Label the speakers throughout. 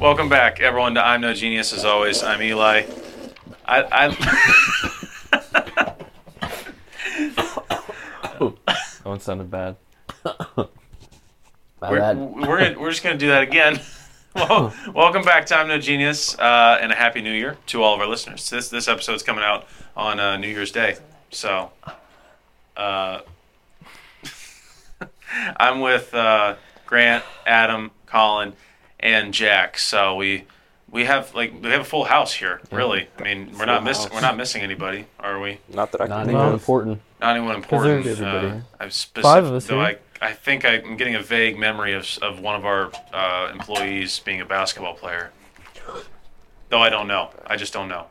Speaker 1: Welcome back, everyone, to I'm No Genius. As always, I'm Eli. I. I
Speaker 2: That one sounded bad.
Speaker 3: My
Speaker 1: we're
Speaker 3: bad.
Speaker 1: we're, gonna, we're just going to do that again. Well, welcome back to I'm No Genius, uh, and a happy new year to all of our listeners. This this episode's coming out on uh, New Year's Day, so uh, I'm with uh, Grant, Adam, Colin, and Jack. So we we have like we have a full house here. Really, I mean we're not missing we're not missing anybody, are we?
Speaker 4: Not that I
Speaker 3: Not
Speaker 4: can.
Speaker 3: even
Speaker 2: Well,
Speaker 3: important.
Speaker 1: Not anyone important.
Speaker 2: there's everybody.
Speaker 1: Uh, I've specific,
Speaker 2: Five of us
Speaker 1: though
Speaker 2: here.
Speaker 1: I, I think I'm getting a vague memory of, s- of one of our uh, employees being a basketball player. Though I don't know. I just don't know.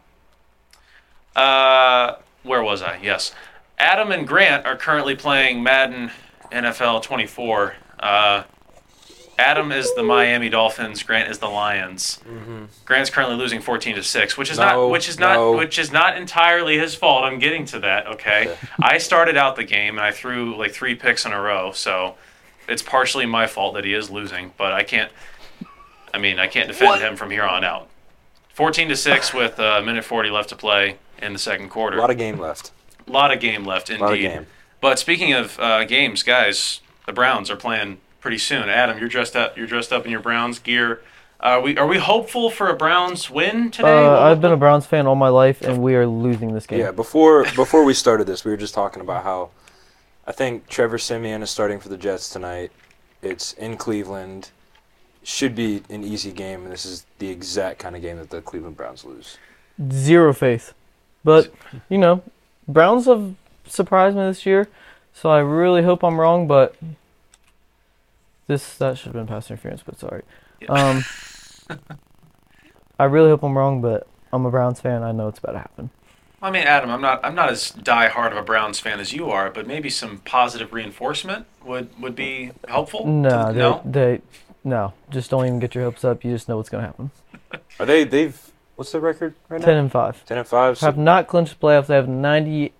Speaker 1: Uh, where was I? Yes. Adam and Grant are currently playing Madden NFL 24. Uh, Adam is the Miami Dolphins. Grant is the Lions. Grant's currently losing 14 to six, which is
Speaker 4: Mm-hmm. No,
Speaker 1: not which is not
Speaker 4: no.
Speaker 1: which is not entirely his fault. I'm getting to that. Okay, I started out the game and I threw like three picks in a row, so it's partially my fault that he is losing. But I can't. I mean, I can't defend him from here on out. 14 to six with a minute 40 left to play in the second quarter.
Speaker 4: A lot of game left.
Speaker 1: Lot of game left, indeed.
Speaker 4: Lot of game.
Speaker 1: But speaking of uh, games, guys, the Browns are playing pretty soon. Adam, you're dressed up. You're dressed up in your Browns gear. Are we are we hopeful for a Browns win today?
Speaker 2: Uh, I've been a Browns fan all my life, and we are losing this game.
Speaker 4: Yeah. Before before we started this, we were just talking about how I think Trevor Simeon is starting for the Jets tonight. It's in Cleveland. Should be an easy game, and this is the exact kind of game that the Cleveland Browns lose.
Speaker 2: Zero faith. But, you know, Browns have surprised me this year, so I really hope I'm wrong, but this that should have been pass interference, but sorry.
Speaker 1: Yeah.
Speaker 2: Um, I really hope I'm wrong, but I'm a Browns fan. I know it's about to happen.
Speaker 1: I mean, Adam, I'm not I'm not as die-hard of a Browns fan as you are, but maybe some positive reinforcement would would be helpful.
Speaker 2: No,
Speaker 1: to-
Speaker 2: they,
Speaker 1: no.
Speaker 2: they, no. Just don't even get your hopes up. You just know what's going to happen.
Speaker 4: Are they? They've. What's their record right now?
Speaker 2: 10 and 5.
Speaker 4: Ten and five.
Speaker 2: have
Speaker 4: So
Speaker 2: not clinched playoffs. They have ninety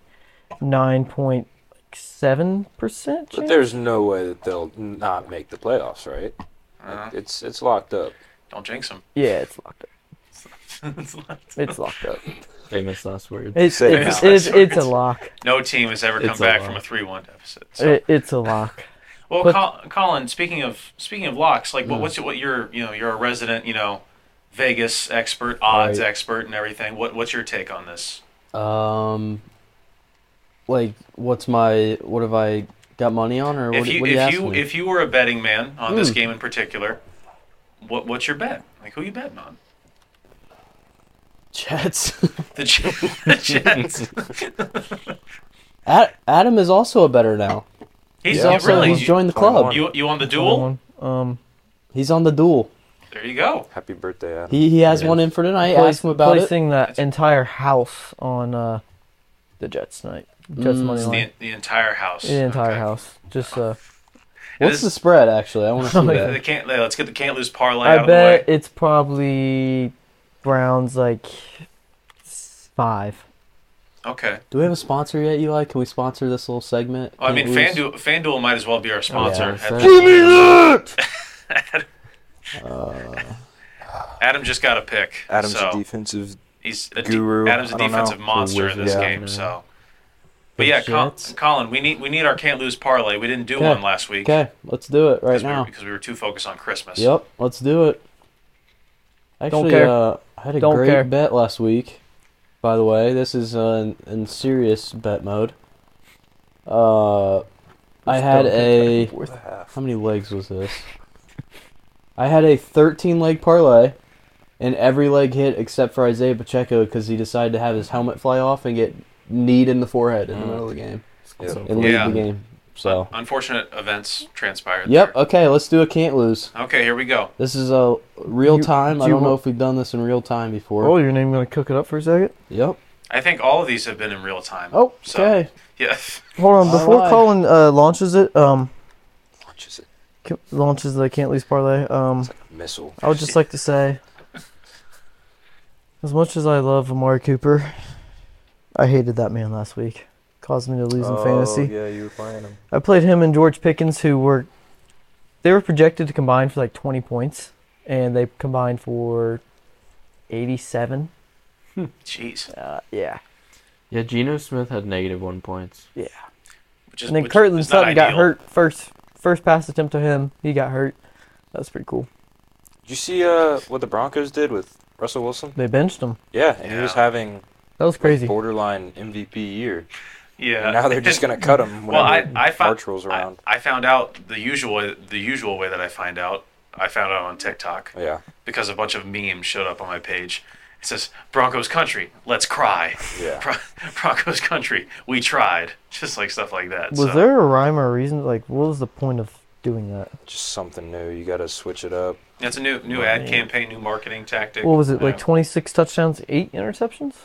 Speaker 2: nine point seven percent.
Speaker 4: but there's no way that they'll not make the playoffs, right?
Speaker 1: Uh,
Speaker 4: It's it's locked up.
Speaker 1: don't jinx them.
Speaker 2: Yeah, it's locked up. It's locked up.
Speaker 3: Famous last word.
Speaker 2: It's
Speaker 4: Say
Speaker 2: it's,
Speaker 1: it.
Speaker 2: it's, it's a lock.
Speaker 1: no team has ever come
Speaker 3: It's a
Speaker 1: back
Speaker 3: lot.
Speaker 1: from a three-one deficit. So.
Speaker 2: It, it's a lock.
Speaker 1: Well,
Speaker 2: But-
Speaker 1: Col- Colin, speaking of speaking of locks, like what, what's what you're you know you're a resident you know Vegas expert, odds
Speaker 3: Right.
Speaker 1: expert, and everything. What what's your take on this?
Speaker 3: Um, like, what's my? What have I got money on, or what?
Speaker 1: if you
Speaker 3: what are you
Speaker 1: if
Speaker 3: asking
Speaker 1: you
Speaker 3: me? Hmm.
Speaker 1: if you were a betting man on this game in particular, what what's your bet? Like who you betting on?
Speaker 3: Jets.
Speaker 1: The, J- the Jets.
Speaker 3: Ad- Adam is also a better now.
Speaker 1: He's
Speaker 3: He's
Speaker 1: you
Speaker 3: also
Speaker 1: really
Speaker 3: he's joined the club.
Speaker 1: you you on the duel?
Speaker 2: Um,
Speaker 3: He's on the duel.
Speaker 1: There you go.
Speaker 4: Happy birthday, Adam.
Speaker 3: He he has one in for tonight. Ask him about it.
Speaker 2: placing that entire house on uh, the Jets tonight. Jets money line.
Speaker 1: The, the entire house.
Speaker 2: The entire
Speaker 1: Okay.
Speaker 2: house. Just uh,
Speaker 3: What's
Speaker 1: This-
Speaker 3: the spread? Actually, I want to see
Speaker 2: my
Speaker 3: that.
Speaker 1: The can't, let's get the can't lose parlay out
Speaker 2: I
Speaker 1: of the way.
Speaker 2: bet it's probably Browns like five.
Speaker 1: Okay.
Speaker 3: Do we have a sponsor yet, Eli? Can we sponsor this little segment?
Speaker 1: Well, I mean,
Speaker 3: Can't lose? Oh,
Speaker 1: FanDuel, FanDuel might as well be our sponsor.
Speaker 3: that's
Speaker 1: at this
Speaker 3: it. Give
Speaker 1: point. Adam just got a pick.
Speaker 4: Adam's
Speaker 1: so
Speaker 4: a defensive.
Speaker 1: he's a de-
Speaker 4: guru.
Speaker 1: Adam's a
Speaker 4: I don't know.
Speaker 1: defensive monster in this
Speaker 4: Yeah.
Speaker 1: game. So, but yeah, Col-
Speaker 3: Jets.
Speaker 1: Colin, we need we need our can't lose parlay. We didn't do
Speaker 3: Okay.
Speaker 1: one last week
Speaker 3: Okay, let's do it right
Speaker 1: because, we were,
Speaker 3: now.
Speaker 1: because we were too focused on Christmas.
Speaker 3: Yep, let's do it. Actually,
Speaker 2: care.
Speaker 3: Uh, I had a
Speaker 2: Don't
Speaker 3: great
Speaker 2: care.
Speaker 3: bet last week. By the way, this is uh, in, in serious bet mode. Uh, I had a how many legs was this? I had a 13 leg parlay, and every leg hit except for Isaiah Pacheco because he decided to have his helmet fly off and get kneed in the forehead in the middle of the game
Speaker 4: Yeah.
Speaker 3: and leave
Speaker 1: Yeah.
Speaker 3: the game. So,
Speaker 1: Unfortunate events transpired.
Speaker 3: yep.
Speaker 1: there.
Speaker 3: Okay, let's do a can't lose.
Speaker 1: Okay, here we go.
Speaker 3: This is a real
Speaker 2: You-
Speaker 3: time.
Speaker 2: do
Speaker 3: I
Speaker 2: you
Speaker 3: don't know
Speaker 2: want-
Speaker 3: if we've done this in real time before.
Speaker 2: Oh, your name gonna cook it up for a second?
Speaker 3: Yep.
Speaker 1: I think all of these have been in real time.
Speaker 3: Oh,
Speaker 1: So-
Speaker 3: okay.
Speaker 1: Yeah.
Speaker 2: Hold on, before
Speaker 3: Alright.
Speaker 2: Colin uh, launches it, um,
Speaker 4: Launches a
Speaker 2: ca- launches the can't lose parlay. Um,
Speaker 4: missile.
Speaker 2: I would just like to say, as much as I love Amari Cooper, I hated that man last week. Caused me to lose in fantasy.
Speaker 4: Oh, Yeah, you were playing him.
Speaker 2: I played him and George Pickens, who were they were projected to combine for like 20 points, and they combined for 87.
Speaker 1: Jeez.
Speaker 2: Uh, yeah.
Speaker 5: Yeah, Geno Smith had negative one points.
Speaker 1: Which is,
Speaker 2: And then
Speaker 1: which
Speaker 2: Kirtland
Speaker 1: is not
Speaker 2: Sutton got
Speaker 1: ideal.
Speaker 2: hurt first first pass attempt to him. He got hurt. That's pretty cool.
Speaker 4: Did you see uh, what the Broncos did with Russell Wilson?
Speaker 2: They benched him.
Speaker 4: Yeah, and he was
Speaker 1: Yeah.
Speaker 4: having
Speaker 2: That was crazy.
Speaker 4: borderline MVP year.
Speaker 1: Yeah.
Speaker 4: And now they're just gonna cut him.
Speaker 1: Well, I-
Speaker 4: whenever
Speaker 1: I found-
Speaker 4: March rolls around.
Speaker 1: I, I found out the usual the usual way that I find out. I found out on TikTok
Speaker 4: Oh, yeah,
Speaker 1: because a bunch of memes showed up on my page. It says Broncos country, let's cry.
Speaker 4: yeah.
Speaker 1: Bron- Broncos country, we tried. Just like stuff like that.
Speaker 2: Was
Speaker 1: so.
Speaker 2: there a rhyme or a reason? Like, what was the point of doing that?
Speaker 4: Just something new. You gotta switch it up.
Speaker 1: That's a new new ad campaign, new marketing tactic.
Speaker 2: What was it? Like
Speaker 1: Yeah.
Speaker 2: 26 touchdowns, eight interceptions?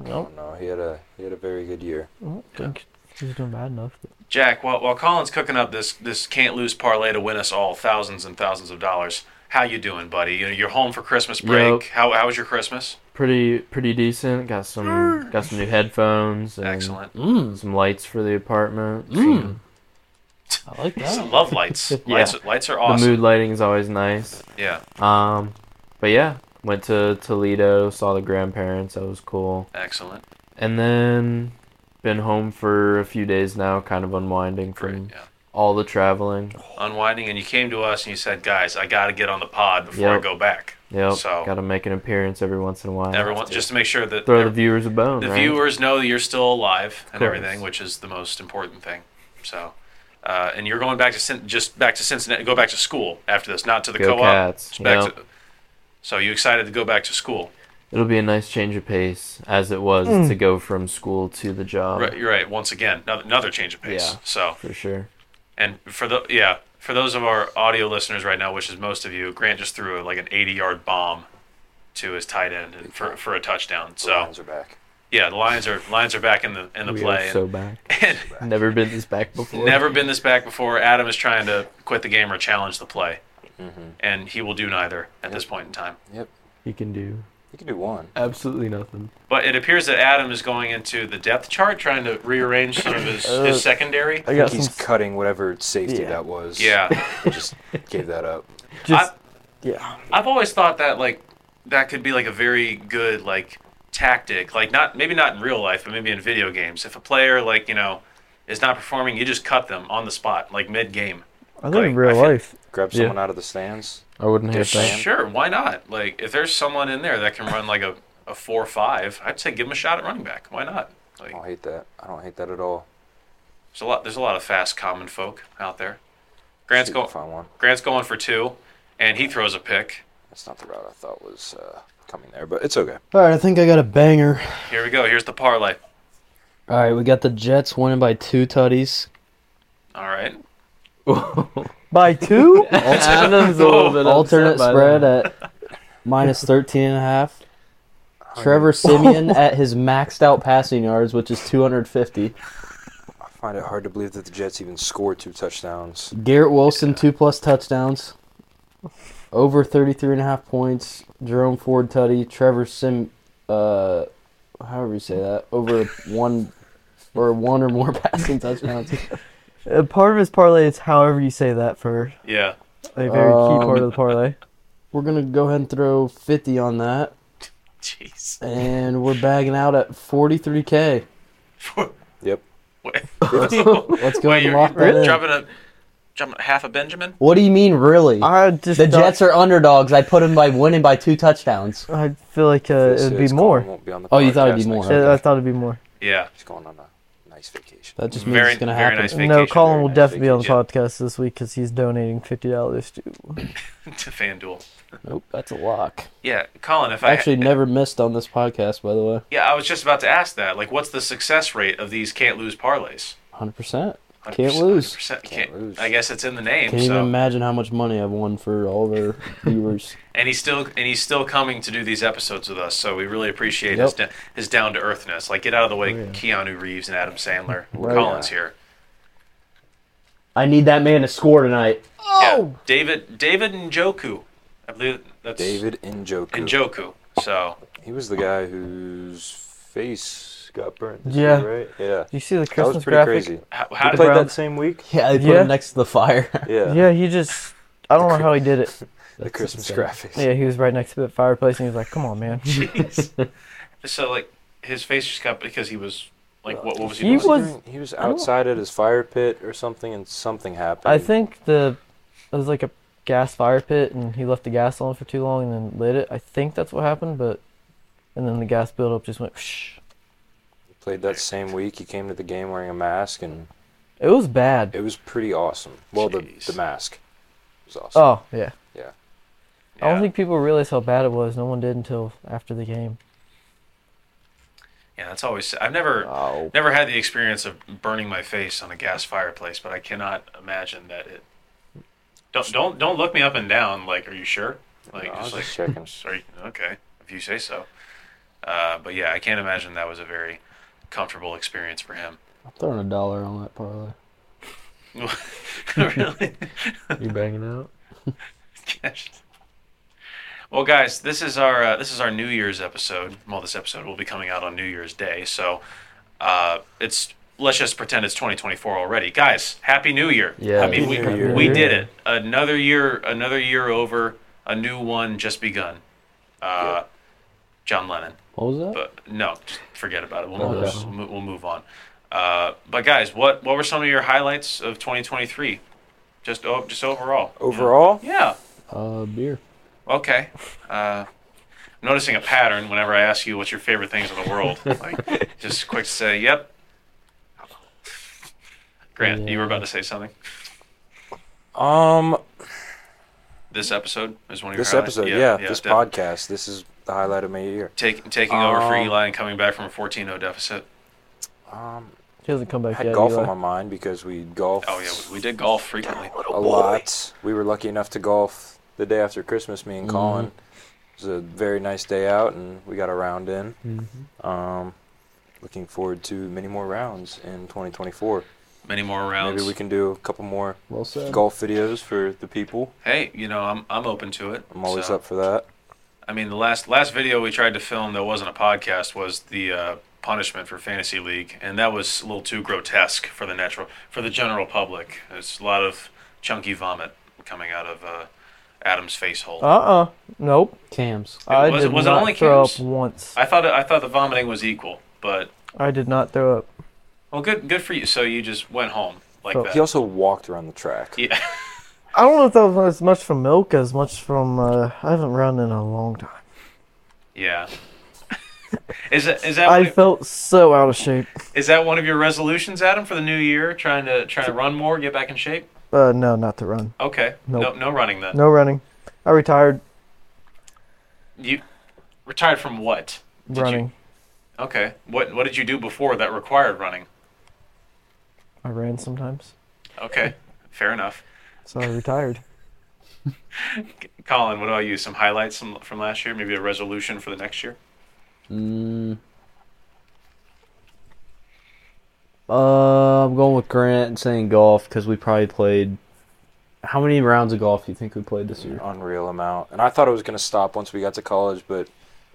Speaker 4: I
Speaker 2: No,
Speaker 4: don't know. He had a he had a very good year.
Speaker 2: I don't think he was doing bad enough.
Speaker 1: Jack, while, while Colin's cooking up this this can't lose parlay to win us all thousands and thousands of dollars, how you doing, buddy? You know, you're home for Christmas break.
Speaker 5: Yup.
Speaker 1: How how was your Christmas?
Speaker 5: Pretty pretty decent. Got some got some new headphones.
Speaker 2: Um,
Speaker 5: And
Speaker 1: Excellent.
Speaker 3: Mm.
Speaker 5: Some lights for the apartment.
Speaker 2: Mm.
Speaker 5: I like
Speaker 1: Some love lights. Lights lights are
Speaker 5: The
Speaker 1: awesome.
Speaker 5: mood lighting is always nice.
Speaker 1: Yeah.
Speaker 5: Um, but yeah, went to Toledo, saw the grandparents. That was cool.
Speaker 1: Excellent.
Speaker 5: And then been home for a few days now, kind of unwinding
Speaker 1: Great.
Speaker 2: Mm.
Speaker 1: Oh,
Speaker 5: from
Speaker 1: Yeah.
Speaker 5: all the traveling.
Speaker 1: Unwinding, and you came to us and you said, "Guys, I got to get on the pod before I
Speaker 5: Yup.
Speaker 1: go back."
Speaker 5: Yep.
Speaker 1: So-
Speaker 5: Got to make an appearance every once in a while.
Speaker 1: Everyone, just to make sure that
Speaker 5: throw
Speaker 1: ev-
Speaker 5: the viewers a bone.
Speaker 1: the
Speaker 5: right?
Speaker 1: viewers know that you're still alive and
Speaker 5: course.
Speaker 1: everything, which is the most important thing. So, uh, and you're going back to Cin- just back to Cincinnati, go back to school after this, not to the
Speaker 5: Go
Speaker 1: co-op.
Speaker 5: Cats,
Speaker 1: just back
Speaker 5: yep.
Speaker 1: to- so you excited to go back to school?
Speaker 5: It'll be a nice change of pace, as it was
Speaker 3: Hmm.
Speaker 5: to go from school to the job.
Speaker 1: Right, you're right. Once again, another, another change of pace.
Speaker 5: Yeah.
Speaker 1: So,
Speaker 5: For sure.
Speaker 1: and for the yeah, for those of our audio listeners right now, which is most of you, Grant just threw like an 80-yard bomb to his tight end and for, for a touchdown.
Speaker 4: The
Speaker 1: So
Speaker 4: Lions are back.
Speaker 1: yeah, the Lions are Lions are back in the in the
Speaker 5: we
Speaker 1: play.
Speaker 5: are
Speaker 1: and-
Speaker 5: so back.
Speaker 1: and,
Speaker 5: Never been this back before.
Speaker 1: Never been this back before. Adam is trying to quit the game or challenge the play, and he will do neither at this point in time.
Speaker 4: Yep.
Speaker 5: You can do
Speaker 4: You can do one.
Speaker 5: absolutely nothing.
Speaker 1: But it appears that Adam is going into the depth chart, trying to rearrange some of his, his secondary.
Speaker 4: I
Speaker 2: got
Speaker 4: think he's
Speaker 2: some-
Speaker 4: cutting whatever safety
Speaker 2: Yeah.
Speaker 4: that was.
Speaker 1: Yeah,
Speaker 4: He just gave that up.
Speaker 2: Just,
Speaker 1: I-
Speaker 2: yeah.
Speaker 1: I've always thought that like that could be like a very good like tactic, like not maybe not in real life, but maybe in video games. If a player like you know is not performing, you just cut them on the spot, like mid game.
Speaker 2: I think
Speaker 1: like,
Speaker 2: in real
Speaker 1: I feel-
Speaker 2: life,
Speaker 4: Grab
Speaker 5: Yeah.
Speaker 4: someone out of the stands.
Speaker 5: I wouldn't hate
Speaker 4: Just
Speaker 5: that.
Speaker 1: Sure, why not? Like if there's someone in there that can run like a, a four five, I'd say give him a shot at running back. Why not?
Speaker 4: I
Speaker 1: Like
Speaker 4: don't hate that. I don't hate that at all.
Speaker 1: there's a lot there's a lot of fast common folk out there. Grant's
Speaker 4: See if we
Speaker 1: going
Speaker 4: can Find one.
Speaker 1: Grant's going for two, and he throws a pick.
Speaker 4: That's not the route I thought was uh, coming there, but it's okay.
Speaker 6: All right, I think I got a banger.
Speaker 1: Here we go. Here's the parlay.
Speaker 6: All right, we got the Jets winning by two tutties.
Speaker 1: All right.
Speaker 2: by two?
Speaker 5: Adam's a little bit
Speaker 6: Alternate
Speaker 5: upset by
Speaker 6: spread
Speaker 5: that.
Speaker 6: at minus 13 and a half. Trevor Simeon at his maxed out passing yards, which is 250.
Speaker 4: I find it hard to believe that the Jets even scored two touchdowns.
Speaker 6: Garrett Wilson, two plus touchdowns. Over 33 and a half points. Jerome Ford tutty. Trevor Sim, uh, however you say that, over one or one or more passing touchdowns.
Speaker 2: Uh, part of his parlay is however you say that for
Speaker 1: Yeah.
Speaker 2: a very key part
Speaker 6: Um,
Speaker 2: of the parlay.
Speaker 6: We're going to go ahead and throw 50 on that.
Speaker 1: Jeez.
Speaker 6: And we're bagging out at 43K.
Speaker 4: Yep.
Speaker 1: Wait,
Speaker 6: Let's go
Speaker 1: wait
Speaker 6: ahead and
Speaker 1: you're,
Speaker 6: lock that
Speaker 1: you're
Speaker 6: in.
Speaker 1: dropping a dropping a half a Benjamin?
Speaker 6: What do you mean, really?
Speaker 2: I just
Speaker 6: The
Speaker 2: thought-
Speaker 6: Jets are underdogs. I put them by winning by two touchdowns.
Speaker 2: I feel like uh,
Speaker 4: This
Speaker 2: it'd
Speaker 4: is-
Speaker 2: be
Speaker 4: Colin
Speaker 2: more.
Speaker 4: won't be on the
Speaker 6: Oh, you thought it'd
Speaker 4: podcast
Speaker 6: be
Speaker 4: next
Speaker 6: more.
Speaker 4: week.
Speaker 2: Yeah, I thought it'd be more.
Speaker 1: Yeah.
Speaker 4: He's going on a nice vacation.
Speaker 6: That just means
Speaker 1: Very-
Speaker 6: it's gonna
Speaker 1: very
Speaker 6: happen.
Speaker 1: nice.
Speaker 2: no,
Speaker 1: vacation,
Speaker 2: Colin
Speaker 1: very
Speaker 2: will
Speaker 1: nice
Speaker 2: definitely be on the
Speaker 1: vacation.
Speaker 2: podcast this week because he's donating fifty dollars to.
Speaker 1: to FanDuel.
Speaker 6: Nope, that's a lock.
Speaker 1: Yeah, Colin. If I
Speaker 6: Actually, never missed on this podcast, by the way.
Speaker 1: yeah, I was just about to ask that. Like, what's the success rate of these can't lose parlays?
Speaker 6: 100%.
Speaker 1: 100%,
Speaker 6: Can't lose.
Speaker 1: 100%,
Speaker 4: Can't
Speaker 1: can't-
Speaker 4: lose.
Speaker 1: I guess it's in the name.
Speaker 6: Can't
Speaker 1: so.
Speaker 6: even imagine how much money I've won for all of our viewers.
Speaker 1: and he's still and he's still coming to do these episodes with us. So we really appreciate his da- his down to earthness. Like get out of the
Speaker 4: Oh,
Speaker 1: way, Keanu Reeves and Adam Sandler. Collins here.
Speaker 6: I need that man to score tonight.
Speaker 1: Oh, David David and Joku. I believe that's
Speaker 4: David Njoku.
Speaker 1: and Joku. So
Speaker 4: He was the guy whose face got burnt. this
Speaker 2: Yeah.
Speaker 4: year, right? Yeah.
Speaker 2: You see the
Speaker 4: That was
Speaker 2: Christmas
Speaker 4: pretty
Speaker 2: graphic?
Speaker 4: crazy.
Speaker 1: how,
Speaker 4: He
Speaker 1: how
Speaker 4: played
Speaker 1: did,
Speaker 2: Browns-
Speaker 4: that same week?
Speaker 6: Yeah, they put
Speaker 2: Yeah.
Speaker 6: him next to the fire.
Speaker 4: Yeah.
Speaker 2: Yeah, he just. I don't know how he did it.
Speaker 4: the
Speaker 6: That's
Speaker 4: Christmas
Speaker 6: insane.
Speaker 4: graphics.
Speaker 2: Yeah, he was right next to the fireplace, and he was like, "Come on, man."
Speaker 1: Jeez. so like his face just got because he was like what, what was he,
Speaker 2: He
Speaker 1: doing?
Speaker 2: was-
Speaker 4: doing- he was
Speaker 2: don't-
Speaker 4: outside at his fire pit or something, and something happened.
Speaker 2: I think the it was like a gas fire pit, and he left the gas on for too long, and then lit it. I think that's what happened, but and then the gas buildup just went. Whoosh.
Speaker 4: He played that same week. He came to the game wearing a mask, and
Speaker 2: It was bad.
Speaker 4: it was pretty awesome. Well, the,
Speaker 1: Jeez.
Speaker 4: the mask was awesome.
Speaker 2: Oh yeah. I
Speaker 1: Yeah.
Speaker 2: don't think people realized how bad it was. No one did until after the game.
Speaker 1: yeah, that's always I've never
Speaker 4: Oh.
Speaker 1: never had the experience of burning my face on a gas fireplace, but I cannot imagine that it. Don't don't don't look me up and down. Like, are you sure? Like,
Speaker 4: I
Speaker 1: just
Speaker 4: was
Speaker 1: like,
Speaker 4: just checking.
Speaker 1: are you, okay, if you say so. Uh, but yeah, I can't imagine that was a very comfortable experience for him.
Speaker 6: I'm throwing a dollar on that parlay.
Speaker 1: really.
Speaker 6: You banging out?
Speaker 1: Yes. Well, guys, this is our uh, this is our New Year's episode. Well, this episode will be coming out on New Year's Day, so uh, it's let's just pretend it's 2024 already, guys. Happy New Year!
Speaker 6: Yeah.
Speaker 1: I mean,
Speaker 4: Happy
Speaker 1: we,
Speaker 4: New Year.
Speaker 1: we did it. Another year, another year over. A new one just begun. Uh, John Lennon
Speaker 6: What was that?
Speaker 1: but no, just forget about it. We'll,
Speaker 6: Okay.
Speaker 1: we'll, mo- we'll move on. Uh, but guys, what what were some of your highlights of 2023? Just o- just
Speaker 4: Oh,
Speaker 1: overall.
Speaker 4: Overall?
Speaker 1: Yeah.
Speaker 6: Uh, beer.
Speaker 1: Okay. Uh, I'm noticing a pattern whenever I ask you what's your favorite things in the world. like, just quick to say, yep. Grant, you were about to say something.
Speaker 4: Um,
Speaker 1: This episode is one of your
Speaker 4: this
Speaker 1: highlights?
Speaker 4: episode, yeah, this
Speaker 1: definitely.
Speaker 4: podcast, this is the highlight of my year.
Speaker 1: Take, taking over for
Speaker 4: Um,
Speaker 1: Eli and coming back from a 14-0 deficit.
Speaker 4: Um,
Speaker 2: He hasn't come
Speaker 4: I
Speaker 2: back
Speaker 4: had
Speaker 2: yet.
Speaker 4: golf
Speaker 2: Eli.
Speaker 4: on my mind because we golf
Speaker 1: Oh yeah, we, Oh, we did golf frequently.
Speaker 4: a lot. We were lucky enough to golf the day after Christmas. Me and
Speaker 6: Mm-hmm.
Speaker 4: Colin. It was a very nice day out, and we got a round in.
Speaker 6: Mm-hmm.
Speaker 4: Um, looking forward to many more rounds in 2024.
Speaker 1: Many more rounds.
Speaker 4: Maybe we can do a couple more
Speaker 6: Well said.
Speaker 4: golf videos for the people.
Speaker 1: Hey, you know, I'm I'm open to it.
Speaker 4: I'm always
Speaker 1: so-
Speaker 4: up for that.
Speaker 1: I mean, the last last video we tried to film that wasn't a podcast was the uh, punishment for fantasy league, and that was a little too grotesque for the natural for the general public. There's a lot of chunky vomit coming out of uh, Adam's face hole.
Speaker 2: Uh-uh. Nope.
Speaker 6: Cams.
Speaker 2: I
Speaker 1: was-
Speaker 2: did
Speaker 1: was it
Speaker 2: not
Speaker 1: only
Speaker 2: throw
Speaker 1: Cam's?
Speaker 2: up once.
Speaker 1: I thought I thought the vomiting was equal, but
Speaker 2: I did not throw up.
Speaker 1: well, good good for you. So you just went home like
Speaker 2: Oh.
Speaker 1: that.
Speaker 4: He also walked around the track.
Speaker 1: yeah.
Speaker 2: I don't know if that was as much from milk as much from. Uh, I haven't run in a long time.
Speaker 1: yeah. Is that is that one
Speaker 2: I
Speaker 1: of-
Speaker 2: felt so out of shape.
Speaker 1: is that one of your resolutions, Adam, for the new year? Trying to trying to run more, get back in shape.
Speaker 2: Uh, no, not to run.
Speaker 1: Okay,
Speaker 2: Nope.
Speaker 1: no no running then.
Speaker 2: No running. I retired
Speaker 1: You retired from what? Did you-
Speaker 2: running.
Speaker 1: Okay. What what did you do before that required running?
Speaker 2: I ran sometimes,
Speaker 1: Okay. Fair enough.
Speaker 2: so I retired.
Speaker 1: Colin, what about you? Some highlights from, from last year? Maybe a resolution for the next year?
Speaker 6: Mm. Uh, I'm going with Grant and saying golf because we probably played. How many rounds of golf do you think we played this year?
Speaker 4: unreal amount. And I thought it was going to stop once we got to college, but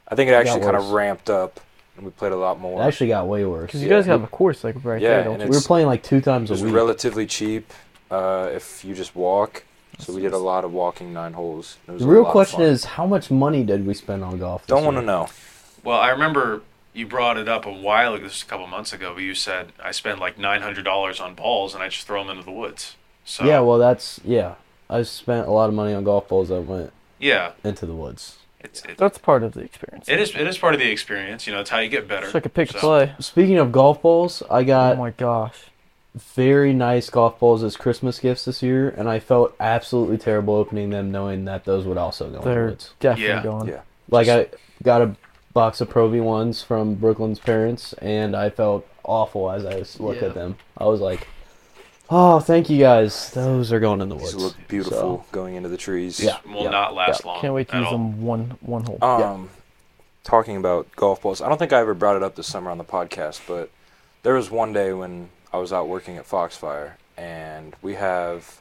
Speaker 4: I think it actually kind of
Speaker 6: worse.
Speaker 4: ramped up, and we played a lot more.
Speaker 6: It actually got way worse.
Speaker 2: Because you
Speaker 6: We
Speaker 4: Yeah.
Speaker 2: guys have a course like right
Speaker 4: Yeah,
Speaker 2: there, don't
Speaker 4: and
Speaker 2: you?
Speaker 6: were
Speaker 4: it's-
Speaker 6: playing like two times
Speaker 4: it
Speaker 6: a
Speaker 4: was
Speaker 6: week.
Speaker 4: relatively cheap uh, if you just walk. So we did a lot of walking nine holes. It was
Speaker 6: the
Speaker 4: a
Speaker 6: real
Speaker 4: lot of
Speaker 6: question
Speaker 4: fun.
Speaker 6: is, how much money did we spend on golf?
Speaker 4: don't want to know.
Speaker 1: Well, I remember you brought it up a while ago, just a couple months ago, but you said I spend like nine hundred dollars on balls and I just throw them into the woods. So
Speaker 6: Yeah, well, that's yeah. I spent a lot of money on golf balls that went
Speaker 1: yeah,
Speaker 6: into the woods.
Speaker 1: it's it,
Speaker 2: That's part of the experience.
Speaker 1: it is it is part of the experience. You know, it's how you get better.
Speaker 2: It's like a pick
Speaker 1: So-
Speaker 2: and play.
Speaker 6: Speaking of golf balls, I
Speaker 2: Oh
Speaker 6: got
Speaker 2: my gosh.
Speaker 6: very nice golf balls as Christmas gifts this year, and I felt absolutely terrible opening them, knowing that those would also go in the
Speaker 2: They're
Speaker 6: woods.
Speaker 2: definitely
Speaker 1: Yeah.
Speaker 2: gone.
Speaker 4: Yeah.
Speaker 6: Like I got a box of Pro V ones from Brooklyn's parents, and I felt awful as I s- looked
Speaker 2: Yeah.
Speaker 6: at them. I was like, "Oh, thank you guys. Those are going in the
Speaker 4: These
Speaker 6: woods."
Speaker 4: look beautiful going into the trees.
Speaker 6: Yeah.
Speaker 1: Will not last long.
Speaker 2: Can't wait to
Speaker 1: at
Speaker 2: use
Speaker 1: all.
Speaker 2: them one one hole.
Speaker 4: Um, talking about golf balls. I don't think I ever brought it up this summer on the podcast, but there was one day when I was out working at Foxfire, and we have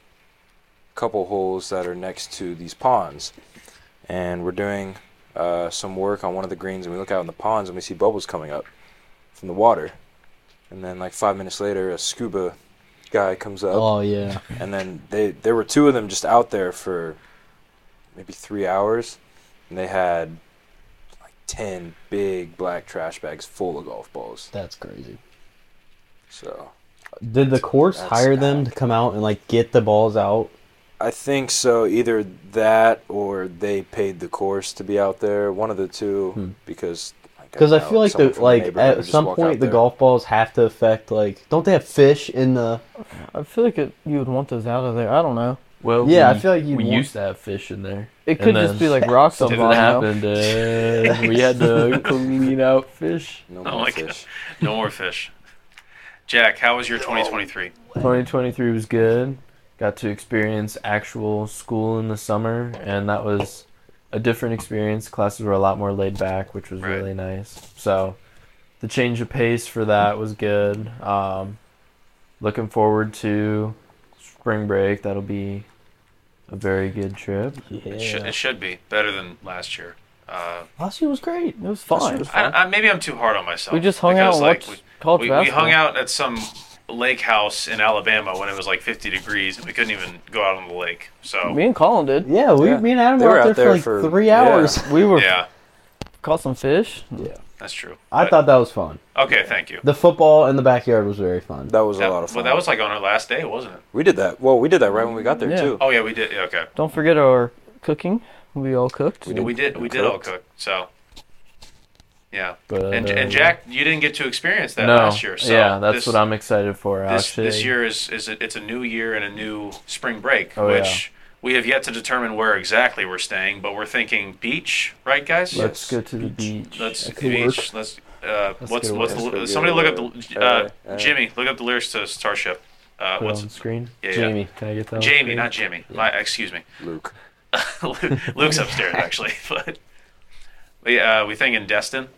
Speaker 4: a couple holes that are next to these ponds, and we're doing uh, some work on one of the greens, and we look out in the ponds and we see bubbles coming up from the water, and then like five minutes later, a scuba guy comes up
Speaker 6: Oh yeah.
Speaker 4: and then they there were two of them just out there for maybe three hours, and they had like ten big black trash bags full of golf balls.
Speaker 6: That's crazy.
Speaker 4: So
Speaker 6: Did the course
Speaker 4: that's
Speaker 6: hire them to
Speaker 4: stacked.
Speaker 6: come out and like get the balls out?
Speaker 4: I think so. Either that or they paid the course to be out there. One of the two,
Speaker 6: Hmm.
Speaker 4: because like,
Speaker 6: Because I
Speaker 4: doubt
Speaker 6: feel like
Speaker 4: someone
Speaker 6: the
Speaker 4: from
Speaker 6: like
Speaker 4: neighborhood would
Speaker 6: at
Speaker 4: just
Speaker 6: some
Speaker 4: walk out
Speaker 6: point the
Speaker 4: there.
Speaker 6: golf balls have to affect like don't they have fish in the?
Speaker 2: I feel like it, you would want those out of there. I don't know.
Speaker 3: Well,
Speaker 6: Yeah,
Speaker 3: we,
Speaker 6: I feel like you'd
Speaker 3: we
Speaker 6: want-
Speaker 3: used to have fish in there. And
Speaker 2: It could just
Speaker 3: then
Speaker 2: be like rocks on
Speaker 3: Something
Speaker 2: bottom. though.
Speaker 3: happened, and we had to clean out fish.
Speaker 4: No
Speaker 1: Oh
Speaker 4: more
Speaker 1: my
Speaker 4: fish.
Speaker 1: No more fish. Jack, how was your 2023?
Speaker 3: 2023 was good. Got to experience actual school in the summer, and that was a different experience. Classes were a lot more laid back, which was
Speaker 1: Right.
Speaker 3: really nice. So, the change of pace for that was good. Um, looking forward to spring break. That'll be a very good trip.
Speaker 1: It, should,
Speaker 6: Yeah,
Speaker 1: it should be better than last year. Uh,
Speaker 6: last year was great.
Speaker 2: It was fine.
Speaker 1: I, I, maybe I'm too hard on myself.
Speaker 2: We just hung out
Speaker 1: because,
Speaker 2: and
Speaker 1: like,
Speaker 2: watched college
Speaker 1: we, we, we
Speaker 2: basketball.
Speaker 1: hung out at some lake house in Alabama when it was like 50 degrees and we couldn't even go out on the lake. So
Speaker 2: Me and Colin did.
Speaker 6: Yeah, we,
Speaker 4: Yeah.
Speaker 6: me and Adam
Speaker 4: They
Speaker 6: were
Speaker 4: were
Speaker 6: out there,
Speaker 4: out
Speaker 6: for
Speaker 4: there
Speaker 6: like
Speaker 4: for-
Speaker 6: three
Speaker 4: yeah.
Speaker 6: hours.
Speaker 2: We were
Speaker 1: yeah,
Speaker 2: caught some fish.
Speaker 1: that's true.
Speaker 6: I
Speaker 1: But-
Speaker 6: thought that was fun.
Speaker 1: Okay, thank you.
Speaker 6: The football in the backyard was very fun.
Speaker 4: That was
Speaker 1: That-
Speaker 4: a lot of fun.
Speaker 1: Well, that was like on our last day, wasn't it?
Speaker 4: we did that. Well, we did that right when we got there
Speaker 2: Yeah.
Speaker 4: too.
Speaker 1: Oh yeah, we did. Yeah, okay,
Speaker 2: Don't forget our cooking. We all cooked.
Speaker 1: we did. We did, all cook. So yeah,
Speaker 3: But
Speaker 1: and,
Speaker 3: uh,
Speaker 1: and Jack, you didn't get to experience that
Speaker 3: no,
Speaker 1: last year. So
Speaker 3: yeah, that's
Speaker 1: this,
Speaker 3: what I'm excited for.
Speaker 1: This,
Speaker 3: actually,
Speaker 1: this year is is a, it's a new year and a new spring break,
Speaker 3: Oh, yeah.
Speaker 1: which we have yet to determine where exactly we're staying, but we're thinking beach, right, guys?
Speaker 3: Let's
Speaker 4: Yes.
Speaker 3: go to the beach.
Speaker 1: Let's
Speaker 6: could
Speaker 1: beach. Let's. Uh,
Speaker 3: Let's
Speaker 1: what's
Speaker 3: go to
Speaker 1: what's
Speaker 4: work.
Speaker 1: the,
Speaker 4: Let's go
Speaker 1: somebody
Speaker 4: get
Speaker 1: look
Speaker 4: a-
Speaker 1: up the uh,
Speaker 4: uh, uh.
Speaker 1: Jimmy? Look up the lyrics to Starship. Uh,
Speaker 3: Put it
Speaker 1: what's
Speaker 3: on screen?
Speaker 1: yeah, yeah.
Speaker 3: Jamie, can I get that? on
Speaker 1: Jamie,
Speaker 3: screen?
Speaker 1: not Jimmy. My excuse me.
Speaker 4: Luke.
Speaker 1: Luke's upstairs actually, but we uh, we thinking Destin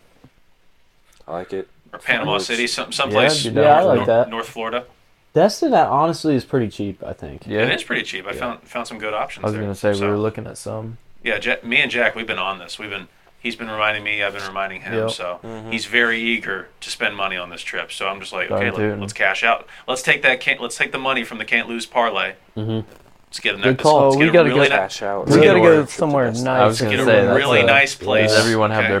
Speaker 4: I like it.
Speaker 1: or Panama
Speaker 4: Nice.
Speaker 1: City, some someplace.
Speaker 3: Yeah,
Speaker 6: Yeah, I like
Speaker 1: North,
Speaker 6: that.
Speaker 1: North Florida.
Speaker 6: Destin, that honestly is pretty cheap. I think.
Speaker 3: Yeah,
Speaker 1: It is pretty cheap. I found found some good options.
Speaker 3: I was
Speaker 1: there.
Speaker 3: gonna say
Speaker 1: So,
Speaker 3: we were looking at some.
Speaker 1: yeah. Jack, me and Jack, we've been on this. We've been he's been reminding me. I've been reminding him.
Speaker 3: Yep.
Speaker 1: So he's very eager to spend money on this trip. So I'm just like,
Speaker 3: Darn
Speaker 1: okay,
Speaker 3: tootin'.
Speaker 1: let, us cash out. Let's take that. Can't, let's take the money from the can't lose parlay.
Speaker 6: Mhm.
Speaker 1: Let's get a
Speaker 3: Mm-hmm. Good
Speaker 1: let's-
Speaker 3: call.
Speaker 1: Let's
Speaker 2: We
Speaker 1: get a
Speaker 2: gotta
Speaker 1: really
Speaker 2: go-
Speaker 1: ni-
Speaker 4: Cash out.
Speaker 2: We
Speaker 3: Let's
Speaker 2: gotta
Speaker 3: get
Speaker 2: go somewhere nice.
Speaker 3: I was
Speaker 2: and
Speaker 1: get
Speaker 3: gonna
Speaker 1: a
Speaker 3: say
Speaker 2: relaxed.
Speaker 3: that's
Speaker 1: really
Speaker 3: a-
Speaker 1: nice place.
Speaker 3: Does everyone have
Speaker 1: Okay.
Speaker 3: their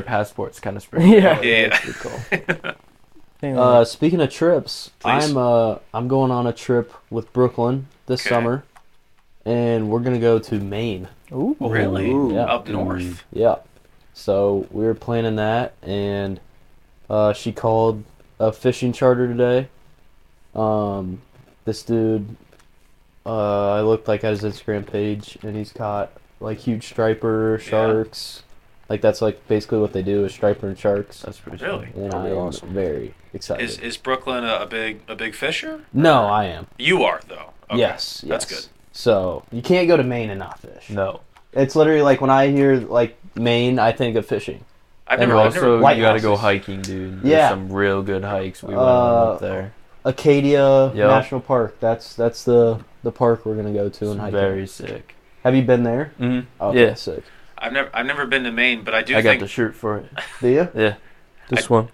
Speaker 3: passports kind of spread?
Speaker 2: Yeah.
Speaker 1: Yeah.
Speaker 3: Good call.
Speaker 2: Anyway,
Speaker 6: Uh, speaking of trips,
Speaker 1: Please.
Speaker 6: I'm uh I'm going on a trip with Brooklyn this
Speaker 1: Okay.
Speaker 6: summer, and we're gonna go to Maine.
Speaker 2: ooh,
Speaker 1: Really?
Speaker 4: Ooh.
Speaker 6: Yeah. Mm-hmm.
Speaker 1: Up north.
Speaker 6: Yeah. So we were planning that, and uh, she called a fishing charter today. Um, this dude, uh, I looked like at his Instagram page, and he's caught like huge striper sharks. Like that's like basically what they do is striper and sharks.
Speaker 3: That's pretty
Speaker 1: Really?
Speaker 6: And
Speaker 4: That'd
Speaker 6: I
Speaker 4: be
Speaker 6: am
Speaker 4: awesome.
Speaker 6: very excited.
Speaker 1: Is is Brooklyn a, a big a big fisher?
Speaker 6: no, I am.
Speaker 1: You are though. Okay.
Speaker 6: Yes, yes.
Speaker 1: That's good.
Speaker 6: So you can't go to Maine and not fish.
Speaker 3: No.
Speaker 6: It's literally like when I hear like Maine, I think of fishing.
Speaker 1: I've
Speaker 3: And
Speaker 1: never, I've
Speaker 3: also,
Speaker 1: never
Speaker 3: you gotta go
Speaker 6: Lighthouses.
Speaker 3: hiking, dude. There's
Speaker 6: Yeah.
Speaker 3: some real good hikes we went
Speaker 6: Uh,
Speaker 3: on up there.
Speaker 6: Acadia
Speaker 3: Yep.
Speaker 6: National Park. That's that's the the park we're gonna go to
Speaker 3: It's
Speaker 6: and hike.
Speaker 3: very sick.
Speaker 6: Have you been there?
Speaker 3: Mm-hmm.
Speaker 6: Okay,
Speaker 3: Yeah.
Speaker 6: sick.
Speaker 1: I've never I've never been to Maine, but I do
Speaker 3: I got
Speaker 1: think
Speaker 3: the shirt for it.
Speaker 6: Do you?
Speaker 3: Yeah. This one.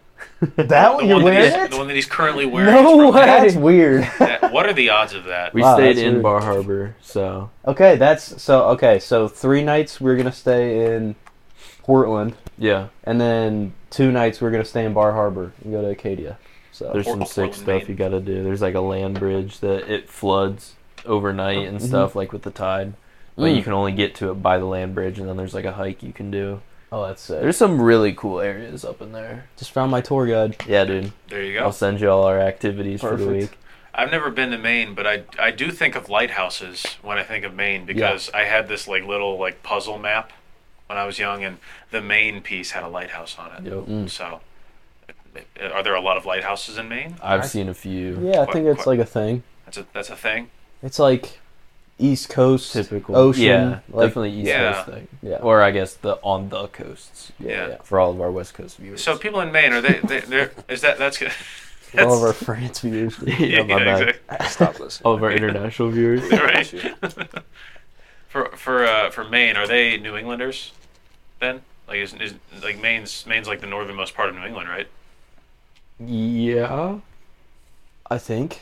Speaker 6: That
Speaker 3: Oh,
Speaker 6: one
Speaker 1: the
Speaker 6: you're
Speaker 1: one,
Speaker 6: wearing
Speaker 1: that he's, the
Speaker 6: it?
Speaker 1: one that he's currently wearing. is
Speaker 2: no
Speaker 1: from Maine.
Speaker 6: That's
Speaker 2: way.
Speaker 6: weird.
Speaker 1: That- what are the odds of that?
Speaker 3: We
Speaker 6: Wow,
Speaker 3: stayed
Speaker 6: that's
Speaker 3: in
Speaker 6: weird.
Speaker 3: Bar Harbor, so
Speaker 6: okay, that's so okay. So three nights we're gonna stay in Portland,
Speaker 3: yeah.
Speaker 6: and then two nights we're gonna stay in Bar Harbor and go to Acadia. So
Speaker 3: There's some
Speaker 1: Portland,
Speaker 3: sick stuff
Speaker 1: Maine.
Speaker 3: you gotta do. There's like a land bridge that it floods overnight and stuff, like with the tide. But you
Speaker 6: Mm-hmm. Mm.
Speaker 3: can only get to it by the land bridge, and then there's like a hike you can do.
Speaker 6: oh, that's sick.
Speaker 3: There's some really cool areas up in there.
Speaker 6: Just found my tour guide.
Speaker 3: Yeah, dude.
Speaker 1: There you
Speaker 3: I'll
Speaker 1: go.
Speaker 3: send you all our activities for the
Speaker 6: Perfect.
Speaker 3: week.
Speaker 1: I've never been to Maine, but I I do think of lighthouses when I think of Maine because I had this like little like puzzle map when I was young, and the Maine piece had a lighthouse on it.
Speaker 3: Yep.
Speaker 1: So, are there a lot of lighthouses in Maine?
Speaker 3: I've seen a few.
Speaker 6: Yeah, I
Speaker 1: Quite-
Speaker 6: think it's
Speaker 1: quite-
Speaker 6: like a thing.
Speaker 1: That's a that's a thing.
Speaker 6: It's like East Coast
Speaker 3: Typical.
Speaker 6: ocean.
Speaker 3: Yeah,
Speaker 6: like-
Speaker 3: definitely East
Speaker 1: Yeah.
Speaker 3: Coast thing.
Speaker 6: Yeah.
Speaker 3: Or I guess the on the coasts
Speaker 1: Yeah.
Speaker 3: for all of our West Coast viewers.
Speaker 1: So people in Maine are they they they're, is that that's good.
Speaker 6: yeah. All of our
Speaker 1: That's-
Speaker 6: France viewers.
Speaker 3: yeah, my bad.
Speaker 1: exactly.
Speaker 4: Stop listening.
Speaker 3: All of our international viewers.
Speaker 1: Right. For for uh, for Maine, are they New Englanders? Then like is, is like Maine's Maine's like the northernmost part of New England, right?
Speaker 3: Yeah.
Speaker 6: I think.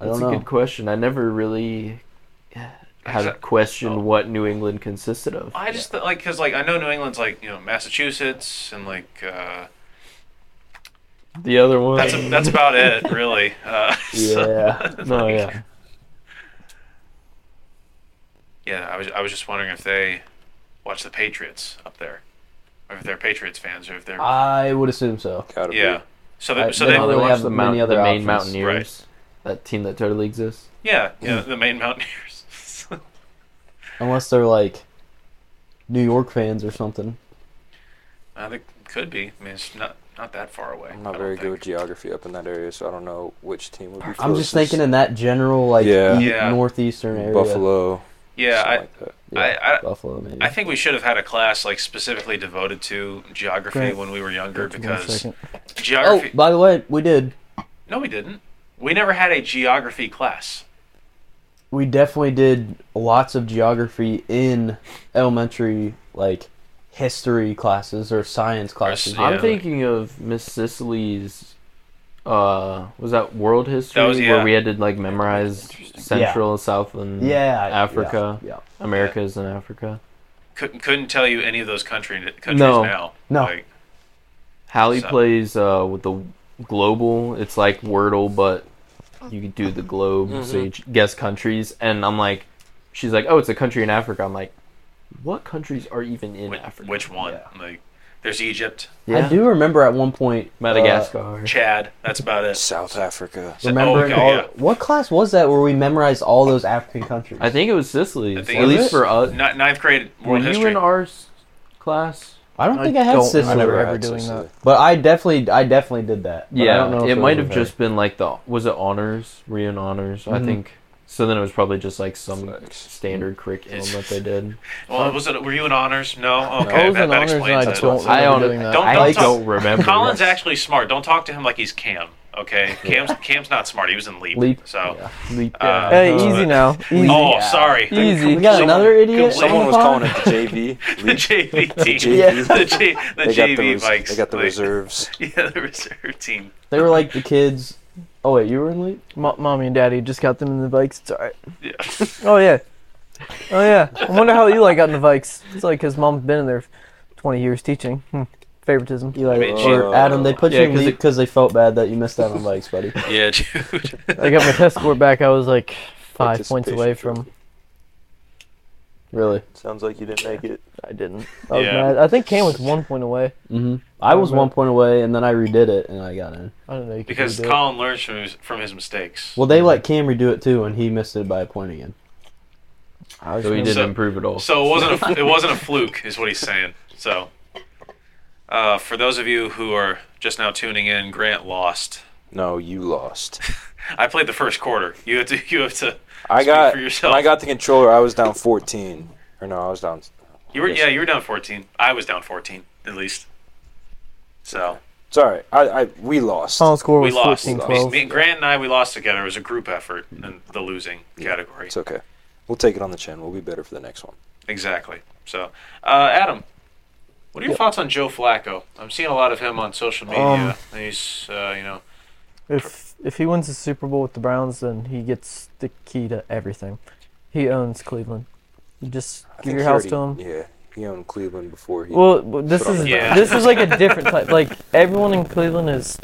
Speaker 6: I
Speaker 3: That's
Speaker 6: don't
Speaker 3: a
Speaker 6: know.
Speaker 3: good question. I never really had
Speaker 1: Exact-
Speaker 3: questioned
Speaker 1: Oh.
Speaker 3: what New England consisted of.
Speaker 1: I just th- like because like I know New England's like you know Massachusetts and like uh,
Speaker 3: the other
Speaker 6: Oh,
Speaker 3: one.
Speaker 1: that's a, that's about it really. Uh, so-
Speaker 3: yeah. no, yeah.
Speaker 1: yeah, I was I was just wondering if they watch the Patriots up there, or if they're Patriots fans, or if they're
Speaker 6: I would assume so.
Speaker 4: Gotta be.
Speaker 1: yeah. So they,
Speaker 6: I-
Speaker 1: so
Speaker 6: they
Speaker 1: they
Speaker 6: don't really
Speaker 3: watch
Speaker 6: have
Speaker 3: the,
Speaker 6: many
Speaker 3: mount,
Speaker 6: other
Speaker 3: the main
Speaker 6: options.
Speaker 3: Mountaineers, that team that totally exists.
Speaker 1: yeah yeah the main Mountaineers.
Speaker 6: Unless they're like New York fans or something.
Speaker 1: I think it Uh, could be. I mean, it's not not that far away.
Speaker 4: I'm
Speaker 1: I
Speaker 4: not
Speaker 1: don't
Speaker 4: very good with
Speaker 1: think.
Speaker 4: geography up in that area, so I don't know which team would be closest.
Speaker 6: I'm just thinking in that general like
Speaker 4: Yeah.
Speaker 6: e-
Speaker 1: Yeah.
Speaker 6: northeastern area.
Speaker 4: Buffalo.
Speaker 1: Yeah,
Speaker 4: something
Speaker 1: I,
Speaker 4: like that.
Speaker 6: Yeah,
Speaker 1: I- I-
Speaker 6: Buffalo maybe.
Speaker 1: I think we should have had a class like specifically devoted to geography
Speaker 2: Great.
Speaker 1: when we were younger
Speaker 2: Give me one
Speaker 1: because
Speaker 2: second.
Speaker 6: oh,
Speaker 1: geography.
Speaker 6: by the way, we did.
Speaker 1: No, we didn't. We never had a geography class.
Speaker 6: We definitely did lots of geography in elementary like history clasci-
Speaker 5: Classes or science classes.
Speaker 1: Yeah.
Speaker 3: I'm thinking of Miss Sicily's. Uh, was that world history
Speaker 1: That was- yeah.
Speaker 3: where we had to like memorize Central, South, and
Speaker 6: Yeah,
Speaker 3: Mm. Africa,
Speaker 6: yeah, yeah.
Speaker 3: Americas, and Africa?
Speaker 1: Couldn't couldn't tell you any of those country countries
Speaker 3: No.
Speaker 1: now.
Speaker 6: No.
Speaker 1: Like,
Speaker 3: Hallie
Speaker 1: So-
Speaker 3: plays uh, with the global. It's like Wordle, but you can do the globe,
Speaker 1: Mm-hmm.
Speaker 3: so you ch- guess countries. And I'm like, she's like, oh, it's a country in Africa. I'm like, what countries are even in
Speaker 1: which,
Speaker 3: Africa?
Speaker 1: which one? Like, there's Egypt,
Speaker 6: I
Speaker 3: Uh,
Speaker 6: do remember at one point uh,
Speaker 3: Madagascar.
Speaker 1: Chad. That's about it.
Speaker 4: South Africa.
Speaker 1: So-
Speaker 6: remember
Speaker 1: oh, okay,
Speaker 6: all,
Speaker 1: yeah.
Speaker 6: what class was that where we memorized all those African countries?
Speaker 3: I think it was Sicily.
Speaker 1: I
Speaker 3: At
Speaker 1: think it
Speaker 3: least
Speaker 1: was-
Speaker 3: for us.
Speaker 1: Ni- ninth grade
Speaker 3: Were
Speaker 1: world
Speaker 3: you
Speaker 1: history.
Speaker 3: in our s- class?
Speaker 6: I don't
Speaker 2: I
Speaker 6: think I had
Speaker 2: don't
Speaker 6: Sicily,
Speaker 2: remember
Speaker 4: Never
Speaker 2: ever
Speaker 4: had
Speaker 2: doing
Speaker 4: Sicily.
Speaker 6: but I definitely, I definitely did that. But I
Speaker 3: Yeah,
Speaker 6: don't know if
Speaker 3: it
Speaker 6: was
Speaker 3: might have
Speaker 6: with her.
Speaker 3: just been like the was it honors? Were you in honors? I
Speaker 6: Mhm.
Speaker 3: think so. Then it was probably just like some
Speaker 4: Facts.
Speaker 3: standard curriculum that they did.
Speaker 1: Well, was it? Were you in honors? No. Okay,
Speaker 2: I was
Speaker 1: that, that
Speaker 2: in honors and I
Speaker 1: explains it.
Speaker 2: don't remember
Speaker 3: I don't-
Speaker 2: doing that.
Speaker 1: Don't-
Speaker 3: I
Speaker 1: don't
Speaker 3: like,
Speaker 1: talk-
Speaker 3: don't remember.
Speaker 1: Colin's actually smart. Don't talk to him like he's Cam. Okay, Cam's Cam's not smart. He was in Leap.
Speaker 3: Leap,
Speaker 1: So.
Speaker 3: Leap-
Speaker 1: Uh,
Speaker 2: Hey,
Speaker 1: Uh,
Speaker 2: easy now. Easy.
Speaker 1: Oh, sorry.
Speaker 2: Easy.
Speaker 6: We got another idiot.
Speaker 4: Someone
Speaker 6: in
Speaker 4: was
Speaker 6: the pod?
Speaker 4: calling it the JV.
Speaker 1: The
Speaker 4: league.
Speaker 1: JV team.
Speaker 4: JV.
Speaker 1: The, J, the
Speaker 4: they,
Speaker 1: JV
Speaker 4: got the res-
Speaker 1: bikes.
Speaker 4: they got the
Speaker 1: like-
Speaker 4: reserves.
Speaker 1: Yeah, the reserve team.
Speaker 6: They were like the kids. Oh wait, you were in late.
Speaker 2: Mo- mommy and daddy just got them in the bikes. It's alright.
Speaker 1: Yeah.
Speaker 2: Oh yeah. Oh yeah. I wonder how Eli got in the bikes. It's like his mom's been in there 20 years teaching. Hmm. Favoritism.
Speaker 6: Eli
Speaker 1: mean, she-
Speaker 6: or Adam. They put
Speaker 3: Yeah,
Speaker 6: you in
Speaker 3: 'cause
Speaker 6: lead
Speaker 3: it-
Speaker 6: because they felt bad that you missed out on bikes, buddy.
Speaker 1: Yeah, dude.
Speaker 2: I got my test score back. I was like five points
Speaker 4: Participation
Speaker 2: away
Speaker 4: trophy.
Speaker 2: from.
Speaker 6: Really.
Speaker 4: Sounds like you didn't make it.
Speaker 2: I didn't. I was
Speaker 1: Yeah.
Speaker 2: mad. I think Cam was one point away.
Speaker 6: hmm I was one point away, and then I redid it, and I got in.
Speaker 2: I don't know. You could
Speaker 1: Because
Speaker 2: do it.
Speaker 1: Colin learns from his, from his mistakes.
Speaker 6: Well, they let Cam redo it too, and he missed it by a point again.
Speaker 3: so we didn't
Speaker 1: So-
Speaker 3: improve at all.
Speaker 1: So it wasn't a, it wasn't a fluke, is what he's saying. So, uh, for those of you who are just now tuning in, Grant lost.
Speaker 4: No, you lost.
Speaker 1: I played the first quarter. You have to. You have to.
Speaker 4: I
Speaker 1: Speak
Speaker 4: got
Speaker 1: for yourself.
Speaker 4: when I got the controller. I was down 14, or no, I was down.
Speaker 1: You were
Speaker 4: Yes.
Speaker 1: yeah. You were down 14. I was down 14 at least. So
Speaker 4: It's all right. I, I we lost.
Speaker 2: Final score
Speaker 1: we
Speaker 2: was
Speaker 1: lost.
Speaker 2: 14
Speaker 1: Me,
Speaker 2: 12.
Speaker 1: me- Grant and I we lost together. It was a group effort in the losing category.
Speaker 4: It's okay. We'll take it on the chin. We'll be better for the next one.
Speaker 1: Exactly. So, uh, Adam, what are your thoughts on Joe Flacco? I'm seeing a lot of him on social media.
Speaker 2: Um,
Speaker 1: and he's, uh, you know,
Speaker 2: If if he wins the Super Bowl with the Browns, then he gets the key to everything. He owns Cleveland. You just
Speaker 4: I
Speaker 2: give
Speaker 4: think
Speaker 2: your
Speaker 4: he
Speaker 2: house to him.
Speaker 4: already- Yeah, he owned Cleveland before he.
Speaker 2: Well, w- this
Speaker 4: put on
Speaker 2: is
Speaker 4: the
Speaker 1: Yeah.
Speaker 2: this is like a different type. Like everyone in Cleveland is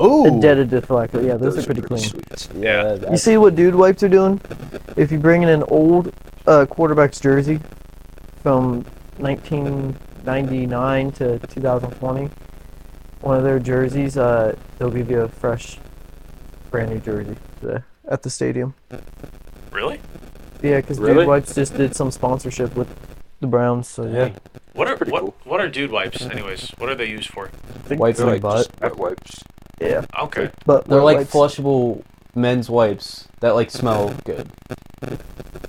Speaker 2: indebted to Flacco. Yeah, those, are pretty clean.
Speaker 4: sweet.
Speaker 1: yeah.
Speaker 6: Uh,
Speaker 2: You see what dude wipes are doing? If you bring in an old uh, quarterback's jersey from 1999 to 2020, one of their jerseys, uh, they'll give you a fresh, brand new jersey there at the stadium.
Speaker 1: Really?
Speaker 2: Yeah, because
Speaker 4: Really?
Speaker 2: dude wipes just did some sponsorship with the Browns. So yeah,
Speaker 1: What are
Speaker 4: Pretty
Speaker 1: what,
Speaker 4: cool.
Speaker 1: what are dude wipes anyways? What are they used for?
Speaker 6: wipes
Speaker 4: They're
Speaker 6: on
Speaker 4: like
Speaker 6: butt.
Speaker 4: just wet wipes.
Speaker 2: yeah.
Speaker 1: Okay.
Speaker 2: But
Speaker 6: They're like
Speaker 2: wipes-
Speaker 6: flushable men's wipes that like smell good.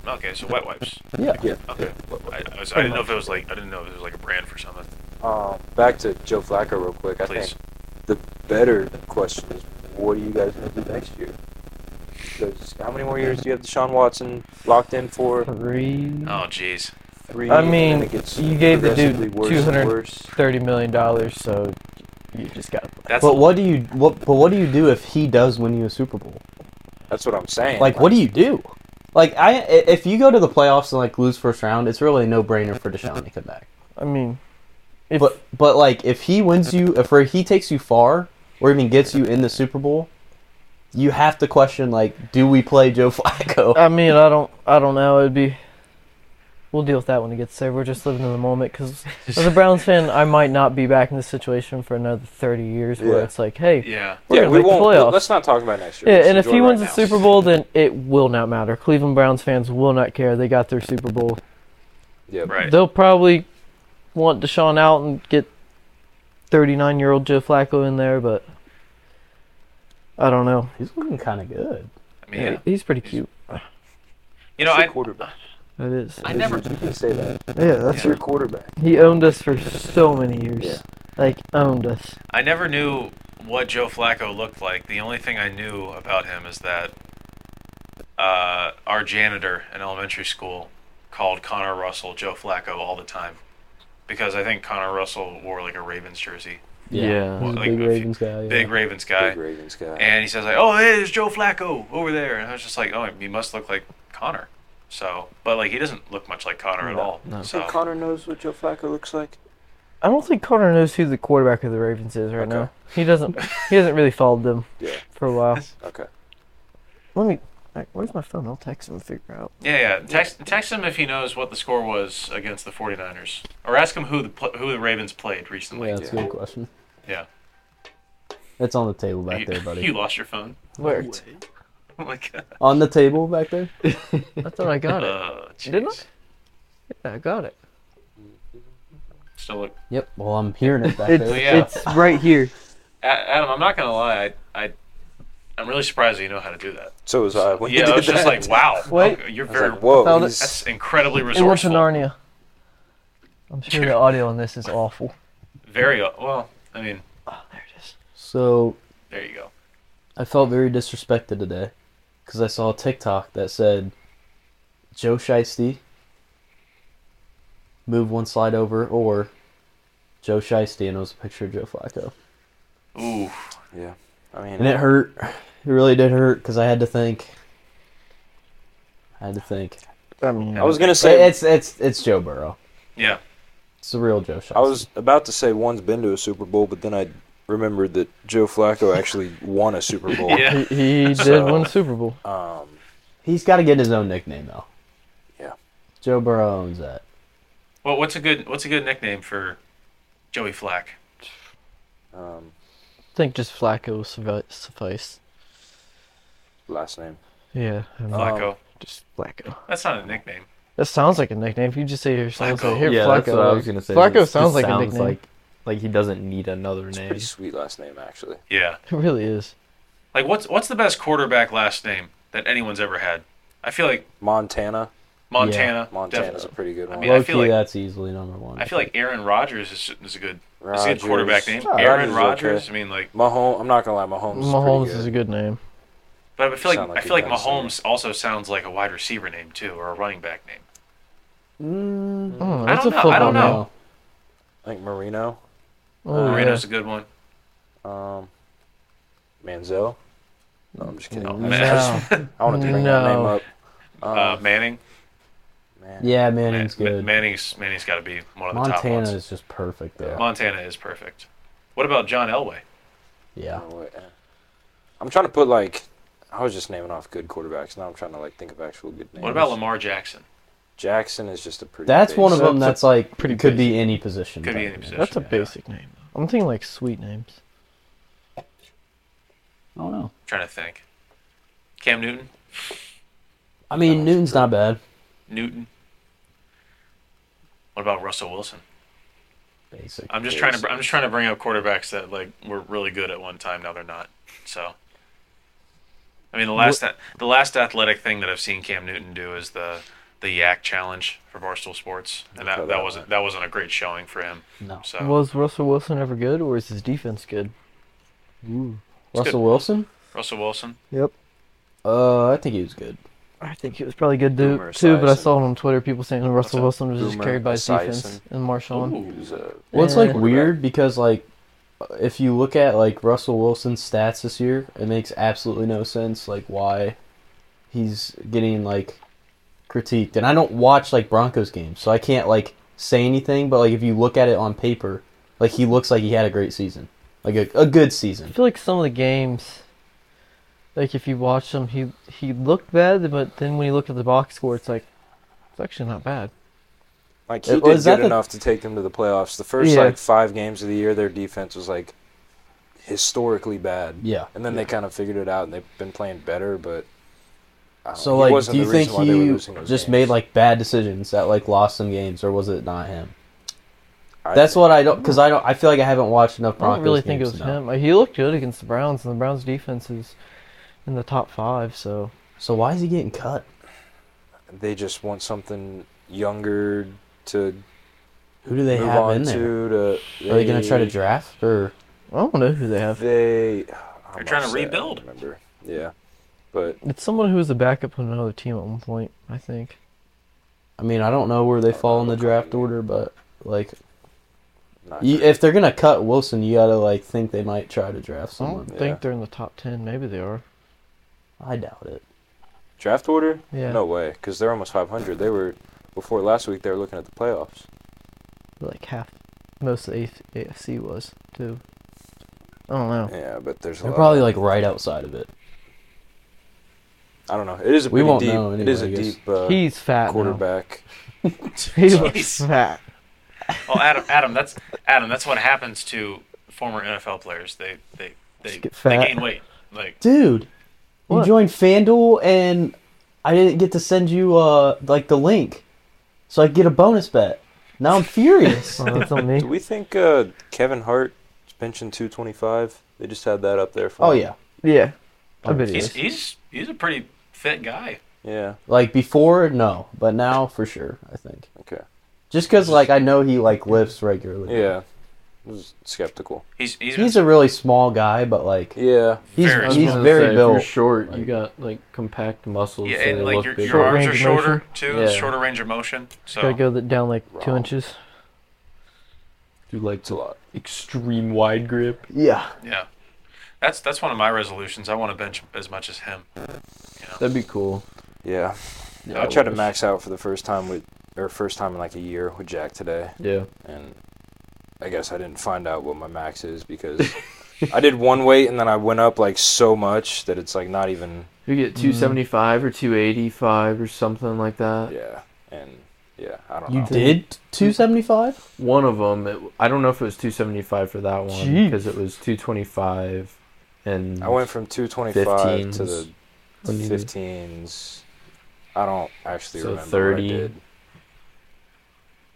Speaker 1: Okay, so wet wipes.
Speaker 6: Yeah.
Speaker 4: Yeah.
Speaker 1: Okay. I, I, was, I didn't know if it was like I didn't know if it was like a brand for something.
Speaker 4: Um, back to Joe Flacco real quick. I
Speaker 1: Please.
Speaker 4: think the better question is, what are you guys going to do next year? Because how many more years do you have Deshaun Watson locked in for?
Speaker 2: Three.
Speaker 1: Oh jeez.
Speaker 4: Three.
Speaker 2: I
Speaker 4: and then
Speaker 2: mean,
Speaker 4: it gets
Speaker 2: you gave the dude
Speaker 4: progressively worse and
Speaker 2: 200
Speaker 4: worse.
Speaker 2: thirty million dollars, so you just got.
Speaker 1: That's
Speaker 6: But what do you what? But what do you do if he does win you a Super Bowl?
Speaker 4: That's what I'm saying.
Speaker 6: Like, what do you do? Like I, i- if you go to the playoffs and like lose first round, it's really a no brainer for Deshaun to come back.
Speaker 2: I mean, if
Speaker 6: But but like if he wins you, if or he takes you far, or even gets you in the Super Bowl, you have to question like, do we play Joe
Speaker 3: Uh,
Speaker 6: Flacco?
Speaker 2: I mean, I don't, I don't know. It'd be. We'll deal with that when it gets there. We're just living in the moment because as a Browns fan, I might not be back in this situation for another 30 years where
Speaker 4: Yeah.
Speaker 2: it's like, hey,
Speaker 1: Yeah.
Speaker 2: We're
Speaker 4: yeah,
Speaker 2: gonna
Speaker 4: we
Speaker 2: make the
Speaker 4: won't.
Speaker 2: playoffs.
Speaker 4: Let's not talk about next year.
Speaker 2: Yeah,
Speaker 4: Let's
Speaker 2: and if
Speaker 4: enjoy
Speaker 2: he
Speaker 4: right
Speaker 2: wins
Speaker 4: now.
Speaker 2: the Super Bowl, then it will not matter. Cleveland Browns fans will not care. They got their Super Bowl.
Speaker 4: Yep.
Speaker 1: Right.
Speaker 2: They'll probably want Deshaun out and get 39 year old Joe Flacco in there, but I don't know.
Speaker 6: He's looking kind of good.
Speaker 1: I mean, yeah.
Speaker 2: He's pretty cute.
Speaker 1: you know,
Speaker 4: It's your
Speaker 1: I,
Speaker 4: quarterback.
Speaker 2: That is.
Speaker 1: I never.
Speaker 4: You can say that.
Speaker 2: Yeah, that's
Speaker 4: It's your quarterback.
Speaker 2: He owned us for so many years.
Speaker 4: Yeah.
Speaker 2: Like, owned us.
Speaker 1: I never knew what Joe Flacco looked like. The only thing I knew about him is that uh, our janitor in elementary school called Connor Russell Joe Flacco all the time because I think Connor Russell wore like a Ravens jersey,
Speaker 3: Yeah.
Speaker 1: Well,
Speaker 6: He's a
Speaker 1: like,
Speaker 6: big
Speaker 1: if you-
Speaker 6: Ravens guy. Yeah.
Speaker 1: big Ravens guy,
Speaker 4: Big Ravens guy.
Speaker 1: and he says like, "Oh, hey, there's Joe Flacco over there," and I was just like, "Oh, he must look like Connor." So, but like he doesn't look much like Connor at
Speaker 4: No.
Speaker 1: all.
Speaker 3: No.
Speaker 4: So
Speaker 1: So
Speaker 4: Connor knows what Joe Flacco looks like.
Speaker 2: I don't think Connor knows who the quarterback of the Ravens is right
Speaker 4: Okay.
Speaker 2: now. He doesn't. He hasn't really followed them
Speaker 4: Yeah.
Speaker 2: for a while.
Speaker 4: Okay.
Speaker 2: Let me. like, Where's my phone? I'll text him and figure out.
Speaker 1: yeah, yeah. Text text him if he knows what the score was against the 49ers, or ask him who the pl- who the Ravens played recently.
Speaker 6: Yeah, that's a good question.
Speaker 1: Yeah.
Speaker 6: It's on the table back
Speaker 1: you,
Speaker 6: there, buddy.
Speaker 1: You lost your phone. Oh
Speaker 2: Worked.
Speaker 1: like,
Speaker 6: On the table back there.
Speaker 2: I thought I got it.
Speaker 1: uh,
Speaker 2: Didn't I?
Speaker 1: jeez.
Speaker 2: Yeah, I got it.
Speaker 1: Still look.
Speaker 6: Yep. Well, I'm hearing it back
Speaker 4: Oh,
Speaker 2: It's,
Speaker 6: there.
Speaker 1: yeah.
Speaker 2: it's right here.
Speaker 1: A- Adam, I'm not gonna lie. I, I, I'm really surprised that you know how to do that.
Speaker 4: So was I. When he
Speaker 1: yeah, I
Speaker 4: did
Speaker 1: was just
Speaker 4: that.
Speaker 1: like, wow.
Speaker 2: Wait.
Speaker 1: okay, you're
Speaker 4: I was
Speaker 1: very.
Speaker 4: like, whoa.
Speaker 2: Found it.
Speaker 4: He's,
Speaker 1: That's incredibly
Speaker 2: It went to
Speaker 1: resourceful.
Speaker 2: Narnia. I'm sure the
Speaker 1: Dude.
Speaker 2: audio on this is awful.
Speaker 1: Very uh, well. I mean,
Speaker 2: Oh, there it is.
Speaker 6: So
Speaker 1: there you go.
Speaker 6: I felt very disrespected today because I saw a TikTok that said Joe Shiesty move one slide over or Joe Shiesty and it was a picture of Joe Flacco.
Speaker 1: Ooh.
Speaker 4: yeah. I mean,
Speaker 6: And it hurt. It really did hurt because I had to think. I had to think.
Speaker 2: I mean,
Speaker 4: I was gonna
Speaker 6: So
Speaker 4: say
Speaker 6: it's it's it's Joe Burrow.
Speaker 1: Yeah.
Speaker 6: It's the real Joe Shiesty.
Speaker 4: I was about to say one's been to a Super Bowl, but then I remembered that Joe Flacco actually won a Super Bowl.
Speaker 1: Yeah.
Speaker 2: he, he did
Speaker 4: So-
Speaker 2: win a Super Bowl.
Speaker 4: Um,
Speaker 6: He's got to get his own nickname though.
Speaker 4: Yeah.
Speaker 6: Joe Burrow owns that.
Speaker 1: Well, what's a good what's a good nickname for Joey Flack?
Speaker 4: um,
Speaker 2: I think just Flacco will suffi- suffice.
Speaker 4: last name.
Speaker 2: Yeah, I mean,
Speaker 4: Oh.
Speaker 1: Flacco.
Speaker 2: just Flacco.
Speaker 1: That's not a nickname.
Speaker 2: That sounds like a nickname. If you just say here, someone say
Speaker 1: Flacco.
Speaker 2: here,
Speaker 3: yeah,
Speaker 2: Flacco.
Speaker 3: that's what I
Speaker 2: like-
Speaker 3: was gonna say.
Speaker 2: Flacco
Speaker 3: It just
Speaker 2: sounds like a nickname.
Speaker 3: Like, like he doesn't need another
Speaker 4: It's a
Speaker 3: name.
Speaker 4: pretty sweet last name, actually.
Speaker 1: Yeah.
Speaker 2: It really is.
Speaker 1: Like, what's what's the best quarterback last name that anyone's ever had? I feel like
Speaker 4: Montana.
Speaker 1: Montana.
Speaker 4: Montana's a
Speaker 1: def-
Speaker 4: pretty good
Speaker 1: I
Speaker 4: one.
Speaker 1: mean, I
Speaker 6: Low
Speaker 1: feel
Speaker 6: key,
Speaker 1: like-
Speaker 6: that's easily number one.
Speaker 1: I feel like Aaron Rodgers is, is a good is a good
Speaker 4: Rodgers.
Speaker 1: quarterback name.
Speaker 4: Ah,
Speaker 1: Aaron
Speaker 4: Rodgers is okay.
Speaker 1: Rodgers. I mean, like,
Speaker 4: Mahomes. I'm not gonna lie, Mahomes.
Speaker 2: Mahomes
Speaker 4: is,
Speaker 2: is a
Speaker 4: pretty good.
Speaker 2: good name.
Speaker 1: but I feel like,
Speaker 4: Sound like
Speaker 1: I feel like
Speaker 4: he does,
Speaker 1: Mahomes also sounds like a wide receiver name too, or a running back name.
Speaker 2: I don't know.
Speaker 1: I
Speaker 2: That's
Speaker 1: don't
Speaker 2: a
Speaker 1: know, I
Speaker 2: football
Speaker 1: don't
Speaker 2: name.
Speaker 1: know.
Speaker 4: I think Marino,
Speaker 2: Oh,
Speaker 1: Marino's
Speaker 2: yeah.
Speaker 1: a good one.
Speaker 4: um, Manziel. No, I'm just kidding.
Speaker 1: No,
Speaker 4: I,
Speaker 1: man.
Speaker 4: just- I want to bring that name
Speaker 2: No.
Speaker 4: up. Um,
Speaker 1: Uh, Manning.
Speaker 4: man.
Speaker 6: Yeah,
Speaker 1: Man-
Speaker 6: Manning's
Speaker 1: Ma-
Speaker 6: good.
Speaker 1: Manning's Manning's got to be one of the top
Speaker 6: Montana
Speaker 1: ones.
Speaker 6: is just perfect though.
Speaker 1: Montana is perfect. What about John Elway?
Speaker 6: Yeah.
Speaker 4: Oh, wait, eh. I'm trying to put like I was just naming off good quarterbacks. Now I'm trying to like think of actual good names.
Speaker 1: What about Lamar Jackson?
Speaker 4: Jackson is just a pretty.
Speaker 6: That's one of
Speaker 4: basic-
Speaker 6: them that's like
Speaker 2: pretty
Speaker 6: pretty could
Speaker 2: basic.
Speaker 6: be any position.
Speaker 1: Could be
Speaker 6: type
Speaker 1: any
Speaker 6: of name.
Speaker 1: position.
Speaker 2: That's a
Speaker 1: Yeah.
Speaker 2: basic name. though. I'm thinking like sweet names.
Speaker 6: I don't know.
Speaker 1: trying to think. Cam Newton,
Speaker 6: I mean, Newton's not bad.
Speaker 1: Newton. What about Russell Wilson?
Speaker 6: Basic.
Speaker 1: I'm just trying to I'm just trying to bring up quarterbacks that like were really good at one time. Now they're not. So, I mean the last the last athletic thing that I've seen Cam Newton do is the the yak challenge for Barstool Sports, and
Speaker 4: Okay,
Speaker 1: that,
Speaker 4: that
Speaker 1: that wasn't that wasn't a great showing for him.
Speaker 6: No.
Speaker 1: So
Speaker 2: Was Russell Wilson ever good, or is his defense good?
Speaker 6: Russell Wilson.
Speaker 1: Russell Wilson,
Speaker 2: Yep.
Speaker 6: Uh, I think he was good.
Speaker 2: I think he was probably good too,
Speaker 4: Boomer
Speaker 2: too but I
Speaker 4: Esiason.
Speaker 2: saw it on Twitter people saying Russell
Speaker 1: that?
Speaker 2: Wilson was just
Speaker 4: Boomer
Speaker 2: carried by his defense
Speaker 4: Esiason.
Speaker 2: and Marshawn.
Speaker 4: He was a-
Speaker 6: Well, it's like
Speaker 2: Yeah.
Speaker 6: weird because like if you look at like Russell Wilson's stats this year, it makes absolutely no sense like why he's getting like critiqued, and I don't watch like Broncos games, so I can't like say anything. But like if you look at it on paper, like he looks like he had a great season, like a, a good
Speaker 2: I
Speaker 6: season.
Speaker 2: feel like some of the games, like if you watch him, he he looked bad, but then when you look at the box score, it's like it's actually not bad.
Speaker 4: Like he
Speaker 6: Uh,
Speaker 4: did
Speaker 6: was that
Speaker 4: good
Speaker 6: the-
Speaker 4: enough to take them to the playoffs. The first
Speaker 6: Yeah.
Speaker 4: like five games of the year, their defense was like historically bad,
Speaker 6: Yeah.
Speaker 4: and then they kind of figured it out, and they've been playing better. But I don't
Speaker 6: So
Speaker 4: know. He
Speaker 6: like,
Speaker 4: wasn't
Speaker 6: do you
Speaker 4: the
Speaker 6: think
Speaker 4: reason why they were
Speaker 6: he
Speaker 4: losing those
Speaker 6: just
Speaker 4: games.
Speaker 6: made like bad decisions that like lost some games, or was it not him?
Speaker 4: I
Speaker 6: That's
Speaker 4: think-
Speaker 6: what I don't because I don't. I feel like I haven't watched enough.
Speaker 2: I
Speaker 6: Broncos
Speaker 2: don't really think it
Speaker 6: games
Speaker 2: was
Speaker 6: to know.
Speaker 2: him. Like, he looked good against the Browns, and the Browns' defense is in the top five. So
Speaker 6: So why is he getting cut?
Speaker 4: they just want something younger to
Speaker 6: Who do they
Speaker 4: move
Speaker 6: have
Speaker 4: on
Speaker 6: in there?
Speaker 4: to. to
Speaker 6: Are they gonna try to draft or?
Speaker 2: I don't know who they have.
Speaker 4: They
Speaker 1: They're trying to
Speaker 4: I'm upset, I don't
Speaker 1: rebuild.
Speaker 4: Remember? Yeah, but
Speaker 2: It's someone who was a backup on another team at one point, I think.
Speaker 6: I mean, I don't know where they fall in the
Speaker 4: Okay.
Speaker 6: draft order, but like,
Speaker 4: not
Speaker 6: you,
Speaker 4: great.
Speaker 6: if they're gonna cut Wilson, you gotta like think they might try to draft
Speaker 2: I don't
Speaker 6: someone.
Speaker 4: yeah.
Speaker 2: think they're in the top ten. Maybe they are.
Speaker 6: I doubt it.
Speaker 4: draft order,
Speaker 2: Yeah.
Speaker 4: no way, because they're almost 500. They were before last week. They were looking at the playoffs.
Speaker 2: Like half, most of the AFC was too. I don't know.
Speaker 4: Yeah, but there's a
Speaker 6: Oh. They're
Speaker 4: lot
Speaker 6: probably
Speaker 4: of-
Speaker 6: like right outside of it.
Speaker 4: I don't know. It is a
Speaker 6: We
Speaker 4: pretty
Speaker 6: won't
Speaker 4: deep.
Speaker 6: know
Speaker 4: it is a
Speaker 6: anyway, I guess.
Speaker 4: deep uh,
Speaker 2: He's fat. Quarterback.
Speaker 4: quarterback.
Speaker 2: He
Speaker 1: Jeez.
Speaker 2: looks fat.
Speaker 1: Oh, Adam, Adam, that's Adam. That's what happens to former NFL players. They they they,
Speaker 2: Just get
Speaker 1: they
Speaker 2: fat.
Speaker 1: gain weight. Like
Speaker 6: Dude,
Speaker 2: What?
Speaker 6: you joined FanDuel and I didn't get to send you uh like the link, so I could get a bonus bet. Now I'm furious.
Speaker 4: Uh-huh.
Speaker 2: Oh, that's on me.
Speaker 4: Do we think uh, Kevin Hart pension 225? They just had that up there for.
Speaker 6: oh
Speaker 4: him.
Speaker 6: yeah,
Speaker 2: Yeah. I bet he
Speaker 1: he's
Speaker 2: is.
Speaker 1: he's he's a pretty fit guy.
Speaker 4: Yeah.
Speaker 6: like before, no, but now for sure. I think
Speaker 4: Okay.
Speaker 6: just because like I know he like lifts regularly.
Speaker 4: Yeah. I was skeptical.
Speaker 1: He's he's,
Speaker 6: He's
Speaker 1: been
Speaker 6: a really small guy, but like
Speaker 4: Yeah.
Speaker 6: he's
Speaker 1: Very
Speaker 6: he's
Speaker 1: small.
Speaker 6: very
Speaker 3: Say, if
Speaker 6: built.
Speaker 3: You're short. you got like compact muscles.
Speaker 1: yeah,
Speaker 3: so they
Speaker 1: and like
Speaker 3: look
Speaker 1: your,
Speaker 3: bigger.
Speaker 1: your arms
Speaker 2: range
Speaker 1: are
Speaker 2: of
Speaker 1: shorter
Speaker 2: motion.
Speaker 1: too.
Speaker 3: Yeah.
Speaker 1: Shorter range of motion. So
Speaker 2: Gotta go that down like two
Speaker 4: Wrong.
Speaker 2: inches.
Speaker 3: do like the extreme wide grip.
Speaker 6: Yeah.
Speaker 1: yeah, that's that's one of my resolutions. I want to bench as much as him.
Speaker 3: That'd be cool.
Speaker 4: Yeah.
Speaker 3: Yeah,
Speaker 4: I tried to
Speaker 3: wish.
Speaker 4: max out for the first time with, or first time in like a year with Jack today,
Speaker 3: Yeah.
Speaker 4: and I guess I didn't find out what my max is because I did one weight and then I went up like so much that it's like not even.
Speaker 3: You get
Speaker 6: Mm.
Speaker 3: 275 or 285 or something like that.
Speaker 4: Yeah. And yeah, I don't
Speaker 6: You
Speaker 4: know.
Speaker 6: did 275?
Speaker 3: One of them, it, I don't know if it was 275 for that one
Speaker 6: Jeez.
Speaker 3: because it was 225 and
Speaker 4: I went from 225 to the
Speaker 3: 15s. When you-
Speaker 4: 15s. I don't actually
Speaker 3: So
Speaker 4: remember
Speaker 3: 30.
Speaker 4: what I did.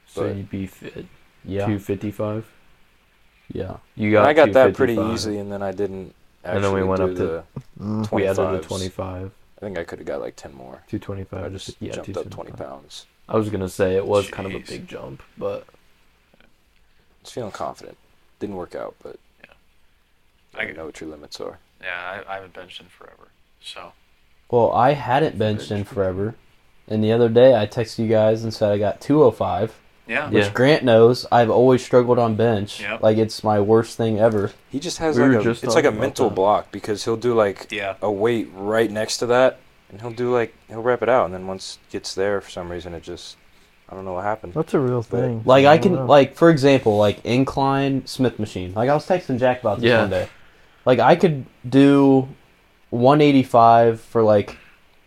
Speaker 3: so
Speaker 4: but-
Speaker 3: you'd be fit
Speaker 6: Yeah.
Speaker 3: 255.
Speaker 6: Yeah.
Speaker 3: You
Speaker 4: And
Speaker 3: got
Speaker 4: I got that pretty
Speaker 3: 255.
Speaker 4: easily, and then I didn't. Actually
Speaker 3: And then we went
Speaker 4: do
Speaker 3: up to-
Speaker 4: the
Speaker 2: Mm.
Speaker 3: We added a
Speaker 4: 25s.
Speaker 3: 25,
Speaker 4: I think I could have got like 10 more.
Speaker 3: 225.
Speaker 4: I just
Speaker 3: Uh, yeah,
Speaker 4: jumped up 20
Speaker 3: 275.
Speaker 4: pounds.
Speaker 3: I was gonna say it was kind of a
Speaker 1: Jeez.
Speaker 3: big jump, but
Speaker 4: I was feeling confident. Didn't work out, but
Speaker 1: I
Speaker 4: I
Speaker 1: could-
Speaker 4: know what your limits are.
Speaker 1: yeah, I, I haven't benched him forever. So
Speaker 6: Well, I hadn't benched in forever. And the other day I texted you guys and said I got 205,
Speaker 1: yeah,
Speaker 6: which
Speaker 3: Yeah.
Speaker 6: Grant knows I've always struggled on bench.
Speaker 1: Yep.
Speaker 6: Like it's my worst thing ever.
Speaker 4: He just has
Speaker 3: We were
Speaker 4: like a,
Speaker 3: just
Speaker 4: it's like a
Speaker 3: talking about
Speaker 4: mental
Speaker 3: that.
Speaker 4: block because he'll do like
Speaker 1: yeah.
Speaker 4: a weight right next to that, and he'll do like he'll wrap it out, and then once it gets there for some reason it just I don't know what happened.
Speaker 2: That's a real thing.
Speaker 6: Like I
Speaker 2: don't
Speaker 6: can
Speaker 2: know.
Speaker 6: like for example, like incline Smith machine. Like I was texting Jack about this
Speaker 3: Yeah.
Speaker 6: one day. Like I could do 185 for like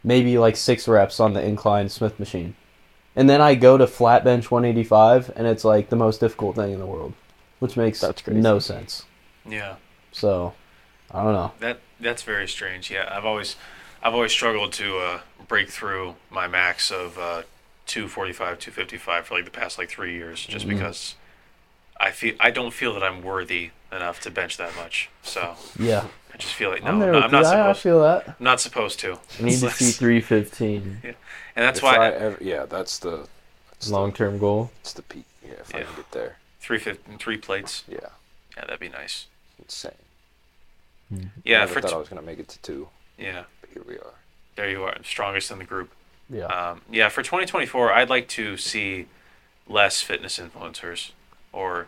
Speaker 6: maybe like 6 reps on the incline Smith machine. And then I go to flat bench 185 and it's like the most difficult thing in the world, which makes
Speaker 2: That's crazy.
Speaker 6: no sense.
Speaker 1: Yeah,
Speaker 6: So, I don't know.
Speaker 1: that that's very strange. Yeah, I've always I've always struggled to uh, break through my max of uh, 245, 255 for like the past like three years, just because I feel I don't feel that I'm worthy enough to bench that much. So
Speaker 6: Yeah.
Speaker 1: I just feel like no,
Speaker 6: I'm
Speaker 1: I'm,
Speaker 6: there
Speaker 1: not,
Speaker 6: with
Speaker 1: I'm not
Speaker 6: you. I, I
Speaker 1: supposed.
Speaker 6: feel that.
Speaker 1: I'm not supposed to,
Speaker 3: I need to see 315
Speaker 1: and that's
Speaker 4: If
Speaker 1: why
Speaker 4: I ever- yeah, that's the that's
Speaker 3: long
Speaker 4: the,
Speaker 3: term goal.
Speaker 4: it's the peak. Yeah, if I
Speaker 1: Yeah.
Speaker 4: can get there,
Speaker 1: three fifteen, three plates.
Speaker 4: yeah,
Speaker 1: Yeah, that'd be nice.
Speaker 4: insane.
Speaker 1: Yeah,
Speaker 4: Never
Speaker 1: for
Speaker 4: thought
Speaker 1: t-
Speaker 4: I was gonna make it to two,
Speaker 1: yeah,
Speaker 4: but here we are.
Speaker 1: there you are, strongest in the group.
Speaker 6: Yeah.
Speaker 1: Um, yeah, for 2024, I'd like to see less fitness influencers, or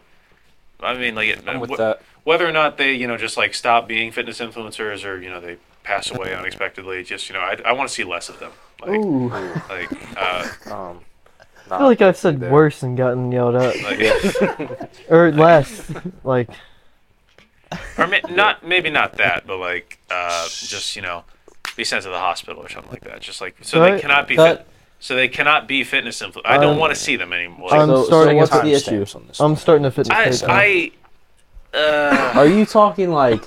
Speaker 1: I mean, like
Speaker 4: I'm with
Speaker 1: wh-
Speaker 4: that.
Speaker 1: whether or not they, you know, just like stop being fitness influencers, or you know, they pass away unexpectedly. Just you know, I, I want to see less of them. Like,
Speaker 2: Ooh.
Speaker 1: like, uh,
Speaker 4: Um,
Speaker 2: I feel like I've said
Speaker 4: there.
Speaker 2: worse and gotten yelled at,
Speaker 1: like
Speaker 2: or less. Like,
Speaker 1: or ma- not maybe not that, but like uh, just you know, be sent to the hospital or something like that. Just like so they
Speaker 2: Right.
Speaker 1: cannot be
Speaker 6: That-
Speaker 1: fit, so they cannot be fitness influ- I don't
Speaker 6: Um,
Speaker 1: want to see them anymore.
Speaker 2: I'm
Speaker 6: so,
Speaker 2: starting
Speaker 6: so
Speaker 2: with
Speaker 6: what's the
Speaker 4: timestamps
Speaker 6: issue?
Speaker 4: on this.
Speaker 2: I'm starting to fit the
Speaker 1: I,
Speaker 2: tape.
Speaker 1: I uh,
Speaker 6: Are you talking like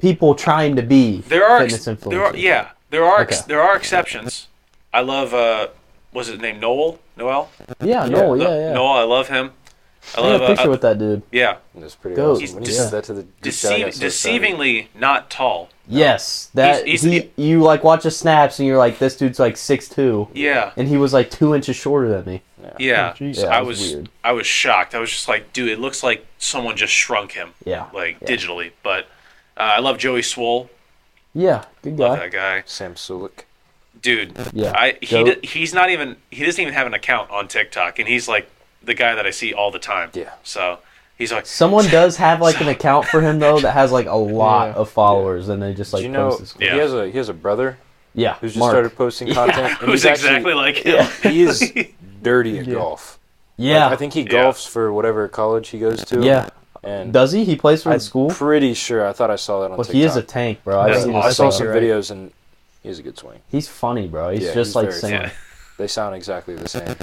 Speaker 6: people trying to be
Speaker 1: there are ex-
Speaker 6: fitness influencers?
Speaker 1: there are e yeah there are ex-
Speaker 6: Okay.
Speaker 1: there are exceptions. I love uh, was it named Noel Noel
Speaker 6: yeah, no, yeah,
Speaker 1: No-
Speaker 6: yeah.
Speaker 1: Noel I love him. I
Speaker 6: I got
Speaker 1: love
Speaker 6: a
Speaker 1: uh,
Speaker 6: picture with that dude.
Speaker 1: yeah
Speaker 4: That's pretty
Speaker 6: Goat.
Speaker 4: awesome. When you
Speaker 1: He's
Speaker 4: said uh, that to the group chat, I got
Speaker 1: deceiv-
Speaker 4: so
Speaker 1: deceivingly not tall.
Speaker 6: Yes, that
Speaker 1: he's-
Speaker 6: he, you like watch his snaps and you're like, this dude's like six two,
Speaker 1: Yeah
Speaker 6: and he was like two inches shorter than me.
Speaker 1: yeah.
Speaker 6: Yeah,
Speaker 1: So
Speaker 6: that
Speaker 1: I
Speaker 6: was
Speaker 1: was
Speaker 6: weird.
Speaker 1: I was shocked. I was just like, dude, it looks like someone just shrunk him.
Speaker 6: Yeah,
Speaker 1: like
Speaker 6: Yeah.
Speaker 1: digitally. But uh, I love Joey Swole,
Speaker 6: yeah, good guy.
Speaker 1: that guy,
Speaker 4: excited. Sam Sulik.
Speaker 1: dude.
Speaker 6: Yeah,
Speaker 1: I he
Speaker 6: Joe-
Speaker 1: d- he's not even he doesn't even have an account on TikTok, and he's like the guy that I see all the time.
Speaker 4: Yeah.
Speaker 1: So he's like,
Speaker 6: Someone does have like an account for him though that has like a lot
Speaker 2: Yeah.
Speaker 6: of followers, and they just
Speaker 4: Do
Speaker 6: like
Speaker 4: you know
Speaker 6: post his.
Speaker 1: Yeah.
Speaker 4: he has a he has a brother
Speaker 6: Yeah,
Speaker 4: who's just
Speaker 6: Mark.
Speaker 4: started posting content. and
Speaker 1: who's
Speaker 4: he's actually-
Speaker 1: exactly like him?
Speaker 4: he is dirty at golf.
Speaker 6: Yeah,
Speaker 4: I think he
Speaker 1: Yeah.
Speaker 4: golfs for whatever college he goes to.
Speaker 6: yeah.
Speaker 4: and
Speaker 6: Does he? He plays for
Speaker 4: I'm
Speaker 6: the school.
Speaker 4: pretty sure I thought I saw that on
Speaker 6: Well,
Speaker 4: TikTok.
Speaker 6: he is a tank, bro. I've
Speaker 1: That's
Speaker 6: seen
Speaker 4: I
Speaker 6: his
Speaker 4: saw
Speaker 6: stuff.
Speaker 4: some videos and he has a good swing.
Speaker 6: He's funny, bro. He's
Speaker 4: Yeah,
Speaker 6: just
Speaker 4: he's
Speaker 6: like
Speaker 4: very
Speaker 6: saying,
Speaker 1: funny.
Speaker 4: They sound exactly the same.